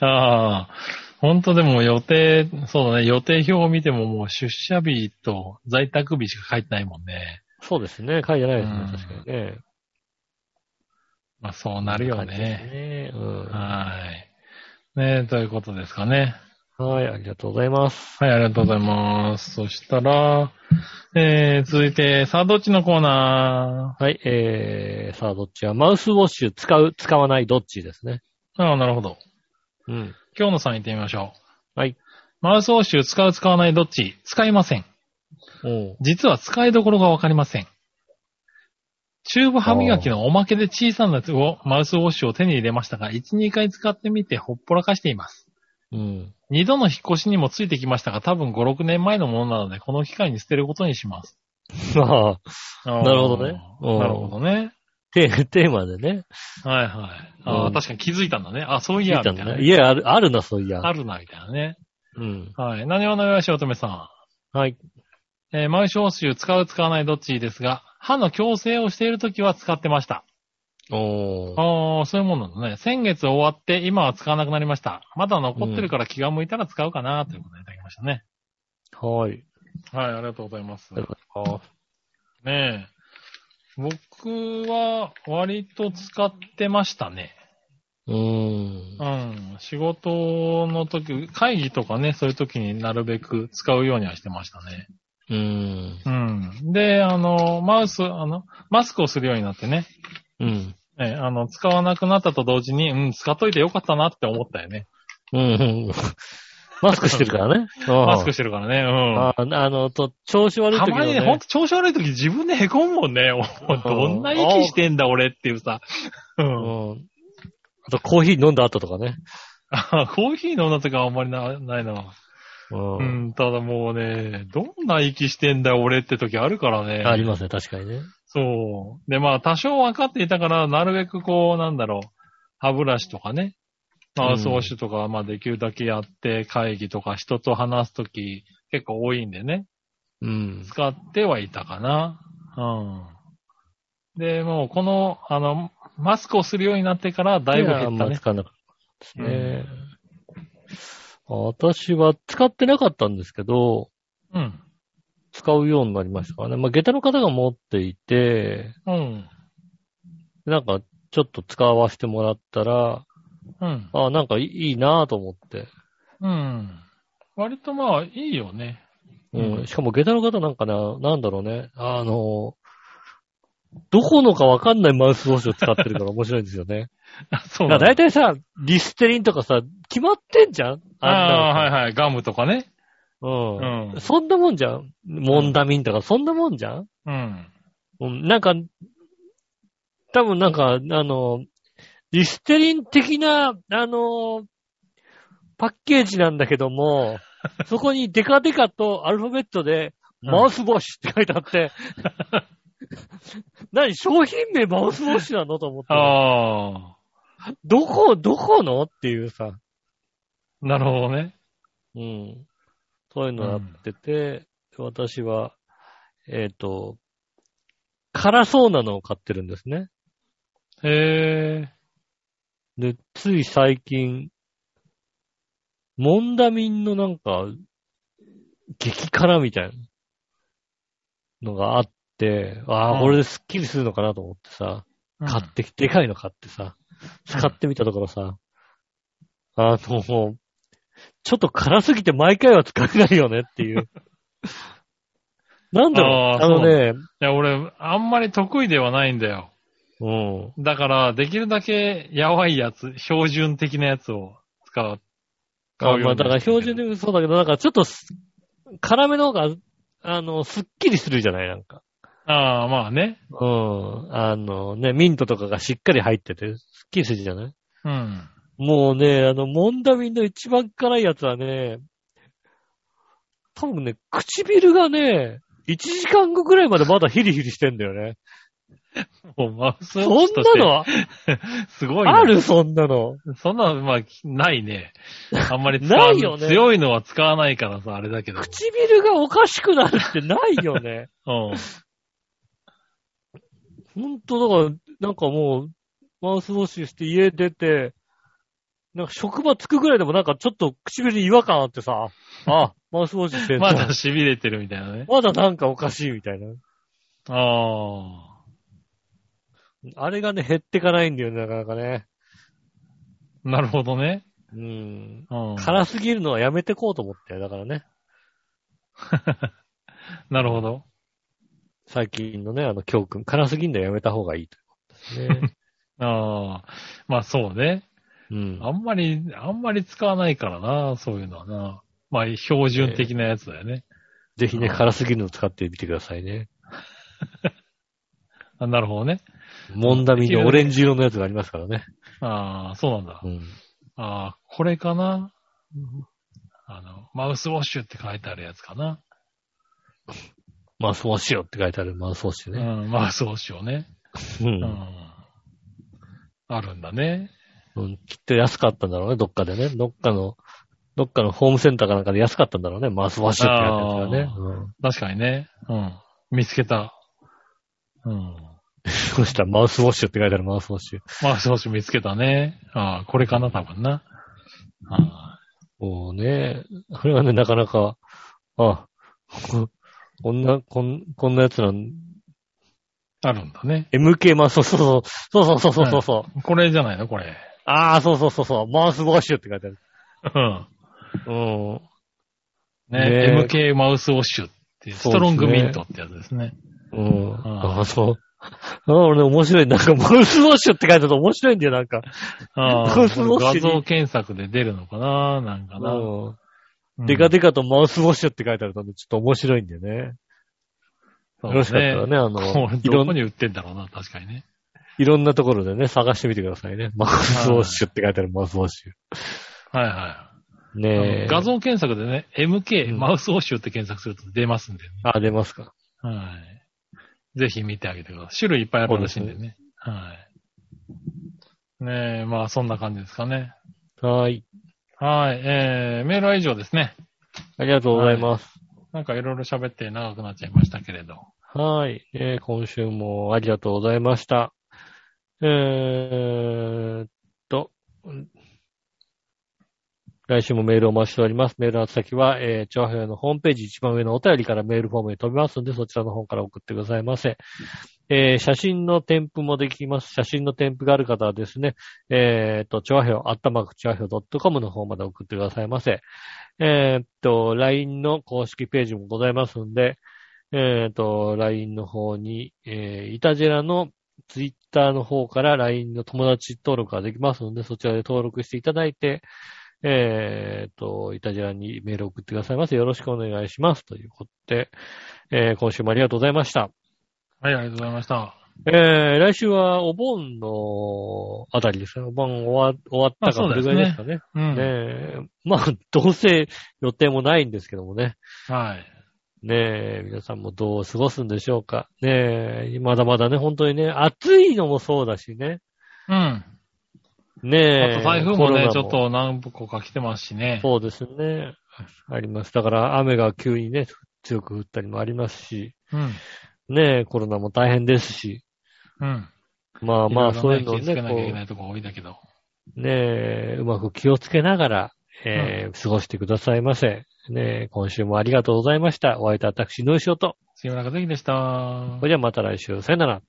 C: ああ、本当でも予定、そうだね、予定表を見てももう出社日と在宅日しか書いてないもんね。
A: そうですね。書いてないですね
C: うん。
A: 確かにね。
C: まあそうなるよ
A: 感じで
C: ね。
A: すね。うん
C: はい。ねえ、ということですかね。
A: はい、ありがとうございます。
C: はい、ありがとうございます。そしたら、えー、続いて、さあどっちのコーナ
A: はい、えー、さあ、どっちはマウスウォッシュ使う、使わないどっちですね。
C: ーああ、なるほど。
A: うん。
C: 今日のさん行ってみましょう。
A: はい。
C: マウスウォッシュ使う使わないどっち使いません。
A: お
C: 実は使いどころがわかりません。チューブ歯磨きのおまけで小さなやつを、マウスウォッシュを手に入れましたが、1、2回使ってみてほっぽらかしています。
A: うん。
C: 2度の引っ越しにもついてきましたが、多分5、6年前のものなので、この機会に捨てることにします。
A: まあ、
C: な
A: なるほどねうん
C: なるほどね。
A: テテーマでね。
C: はいはい。あ
A: う
C: あ、
A: ん
C: 確かに気づいたんだね。あ、そうい
A: い
C: や、
A: や、
C: みたいなね。
A: 家ある、あるな、そういや。
C: あるな、みたいなね。
A: うん。
C: はい。何をよしおとめさん。
A: はい。
C: えー、マウスウォッシュ使う使わないどっちですが、歯の矯正をしているときは使ってました。
A: おー。
C: ああ、そういうもんなんだね。先月終わって今は使わなくなりました。まだ残ってるから気が向いたら使うかな、ということでいただきましたね。
A: はい。
C: はい、ありがとうございます。
A: ありがとうございます
C: ねえ。僕は割と使ってましたね。
A: うーん。
C: うん。仕事の時、会議とかね、そういう時になるべく使うようにはしてましたね。
A: うーん。
C: うん。で、あの、マウス、あの、マスクをするようになってね。
A: うん。
C: え、あの、使わなくなったと同時に、うん、使っといてよかったなって思ったよね。
A: うん。マスクしてるからね。
C: マスク
A: し
C: してるからね、
A: ああの、と、調子
C: う
A: 悪
C: ん。
A: い時
C: た
A: の
C: まにね、ほんと調子悪い時自分で凹むもんね。おどんな息してんだ俺っていうさ。うん。
A: うん。あと、コーヒー飲んだ後とかね。
C: あコーヒー飲んだ時はあんまりなないな。
A: うん。
C: うん、ただもうね、どんな息してんだ俺って時あるからね。
A: ありますね、確かにね。
C: そう。で、まあ、多少分かっていたから、なるべくこう、なんだろう、歯ブラシとかね、マウスウォッシュとか、まあ、できるだけやって、会議とか人と話すとき、結構多いんでね、
A: うん。
C: 使ってはいたかな。うん。で、もう、この、あの、マスクをするようになってから、だいぶ減った
A: まあ
C: ね。
A: 使わなかったですね。私は使ってなかったんですけど、
C: うん。
A: 使うようになりましたからね。まあ、下駄の方が持っていて、
C: うん。
A: なんか、ちょっと使わせてもらったら、
C: うん。
A: あなんかいいいいなぁと思って。
C: うん。割とまあ、いいよね。
A: うん。
C: うん
A: しかも、下駄の方なんかな、なんだろうね。あの、どこのかわかんないマウスウォッシュを使ってるから面白いんですよ ね。
C: あそう
A: だ
C: な
A: から
C: ん
A: 大体さ、リステリンとかさ、決まってんじゃん
C: ああ、はいいはい。ガムとかね。う
A: うん。
C: ん。
A: そんなもんじゃんモンダミンとか、そんなもんじゃん
C: うん。
A: うん、なんか、多分なんか、あの、リステリン的な、あの、パッケージなんだけど も、そこにデカデカとアルファベットで、
C: うん
A: マウスウォッシュって書いてあ って、何、商品名マウスウォッシュなのと思って、
C: ああ。
A: どこ、どこのっていうさ、
C: なるほどね。
A: うん。そういうのやってて、私は、えっ、と、辛そうなのを買ってるんですね。
C: へえ。
A: で、つい最近、モンダミンのなんか、激辛みたいなのがあって、あ
C: う
A: あ、
C: ん
A: これでスッキリするのかなと思ってさ、買ってき、でかいの買ってさ、使ってみたところさ、あの、もう、ちょっと辛すぎて毎回は使えないよねっていう。なんだろ
C: あ
A: う
C: ー
A: あのね、
C: いや、俺、あんまり得意ではないんだよ。
A: うん。
C: だから、できるだけ、やばいやつ、標準的なやつを使う。買
A: あ
C: うよ
A: ま
C: う
A: あ、
C: に
A: だから標準
C: で。
A: でそうだけど、なんかちょっとす、辛めの方が、あの、すっきりするじゃないなんか。
C: ああ、まあね。
A: うん。あのね、ミントとかがしっかり入ってて、すっきりするじゃない
C: うん。
A: もうね、あの、モンダミンの一番辛いやつはね、多分ね、唇がね、1時間後くらいまでまだヒリヒリしてんだよね。
C: もうマウスウ
A: そ
C: ォッ
A: ん
C: チと
A: な
C: して
A: の
C: すごいね
A: あるそんなの。
C: そんな、まあ、ないね。あんまり使
A: な
C: わ
A: いよね
C: 強いのは使わないからさ、あれだけど。
A: 唇がおかしくなるってないよね。
C: うん。
A: ほんと、だから、なんかもう、マウスウォッシュして家出て、なんか職場着くぐらいでもなんかちょっと唇に違和感あってさ、あ、マウスウォッシュしてんの
C: まだ痺れてるみたいなね。
A: まだなんかおかしいみたいな。
C: あ
A: あれがね、減ってかないんだよね、なかなかね。
C: あ。なるほどね。
A: うん。
C: うん。
A: 辛すぎるのはやめてこうと思って、だからね。
C: なるほど。
A: 最近のね、あの教訓。辛すぎるのはやめた方がいいということですね。
C: ああ。まあそうね。
A: うん。
C: あんまり、あんまり使わないからな、そういうのはな。まあ、標準的なやつだよね。
A: ぜひね、辛すぎるのを使ってみてくださいね。
C: あなるほどね。
A: モンダミのオレンジ色のやつがありますからね。
C: ああ、そうなんだ。
A: うん。
C: ああ、これかな。あの、マウスウォッシュって書いてあるやつかな。
A: マウスウォッシュよって書いてあるマウスウォッシュね。
C: うん、マウスウォッシュをね。
A: う。
C: うんん。あるんだね。
A: うん、きっと安かったんだろうね、どっかでね。どっかの、どっかのホームセンターかなんかで安かったんだろうね。マウスウォッシュってやつがね
C: あ。ー
A: うん
C: 確かにね。うん。見つけた。うん。
A: そしたらマウスウォッシュって書いてあるマウスウォッシュ。
C: マウスウォッシュ見つけたね。ああ、これかな、多分な。あ
A: もうね、これはね、なかなか、あ、 ここんな、こん、こんなやつなん、
C: あ、あるんだね。
A: MK マウス、そうそうそう、そうそうそうそうそう、
C: これじゃないの、これ。
A: ああ、そうそうそうそう、マウスウォッシュって書いてある。
C: うん。
A: うん。
C: ね
A: ね
C: MK マウスウォッシュっていう、
A: そ
C: ス
A: うですね
C: トロングミントってやつですね。
A: うん。
C: あー
A: ああ、そう。ああ、俺ね、面白い。なんか、マウスウォッシュって書いてあると面白いんだよ、なんか。
C: ああ、
A: マウスウォッシュに
C: 画像検索で出るのかななんかな。
A: うん。デカデカとマウスウォッシュって書いてあるとね、ちょっと面白いんだよね。
C: カ
A: よろしかったらね、あの
C: こ、れ
A: い
C: ど
A: ろ
C: こ
A: ん、
C: に売ってんだろうな、確かにね。
A: いろんなところでね、探してみてくださいね。マウスウォッシュって書いてあるマウスウォッシ
C: はいは
A: ュ。
C: い。
A: ねえ。
C: 画像検索でね、MK、
A: うん
C: マウスウォッシュって検索すると出ますんで、
A: あ、出ますか。
C: はい。ぜひ見てあげてください。種類いっぱいあるらしいんで
A: そう
C: ね。はい。ねえ、まあそんな感じですかね。
A: はーい。
C: はい。えー、メールは以上ですね。
A: ありがとうございます。
C: なんかいろいろ喋って長くなっちゃいましたけれど。
A: はーい。えー今週もありがとうございました。えーっと、うん来週もメールをお待ちしております。メールの宛先は、えー、調和表のホームページ一番上のお便りからメールフォームに飛びますので、そちらの方から送ってくださいませ。えー写真の添付もできます。写真の添付がある方はですね、えーっと、調和表、あったまく調和表 .com の方まで送ってくださいませ。えーっと、LINE の公式ページもございますので、えっ、と、LINE の方に、えー、イタジェラの Twitter の方から LINE の友達登録ができますので、そちらで登録していただいて、えっ、と、イタジェラにメールを送ってくださいませ。よろしくお願いします。ということで、えー今週もありがとうございました。
C: はい、ありがとうございました。
A: えー、来週はお盆のあたりですね。お盆終わ終わったか、
C: まあそう
A: れぐ
C: です
A: ら
C: ね
A: いですかね。
C: うん。
A: ねえまあ、どうせ予定もないんですけどもね。
C: はい。
A: ねえ、皆さんもどう過ごすんでしょうか。ねえ、まだまだね、本当にね、暑いのもそうだしね。
C: うん。
A: ねえ、
C: あと台風も
A: コロナ
C: ね、ちょっ。と何個か来てますしね。
A: そうですね。あります。だから雨が急にね、強く降ったりもありますし、
C: うん。
A: ねえ、コロナも大変ですし、
C: うん。
A: まあまあ、
C: い
A: そ
C: ろ
A: う
C: い
A: いう
C: ろ
A: のを
C: ね気
A: ね、
C: をつけな
A: こ
C: きゃいけな
A: う、
C: いとこ多いだけど。
A: ねえ、うまく気をつけながら、えー過ごしてくださいませ。ねえ、今週もありがとうございました。お相手は私、ノイショと。
C: 杉村和之でした。
A: それではまた来週、さよなら。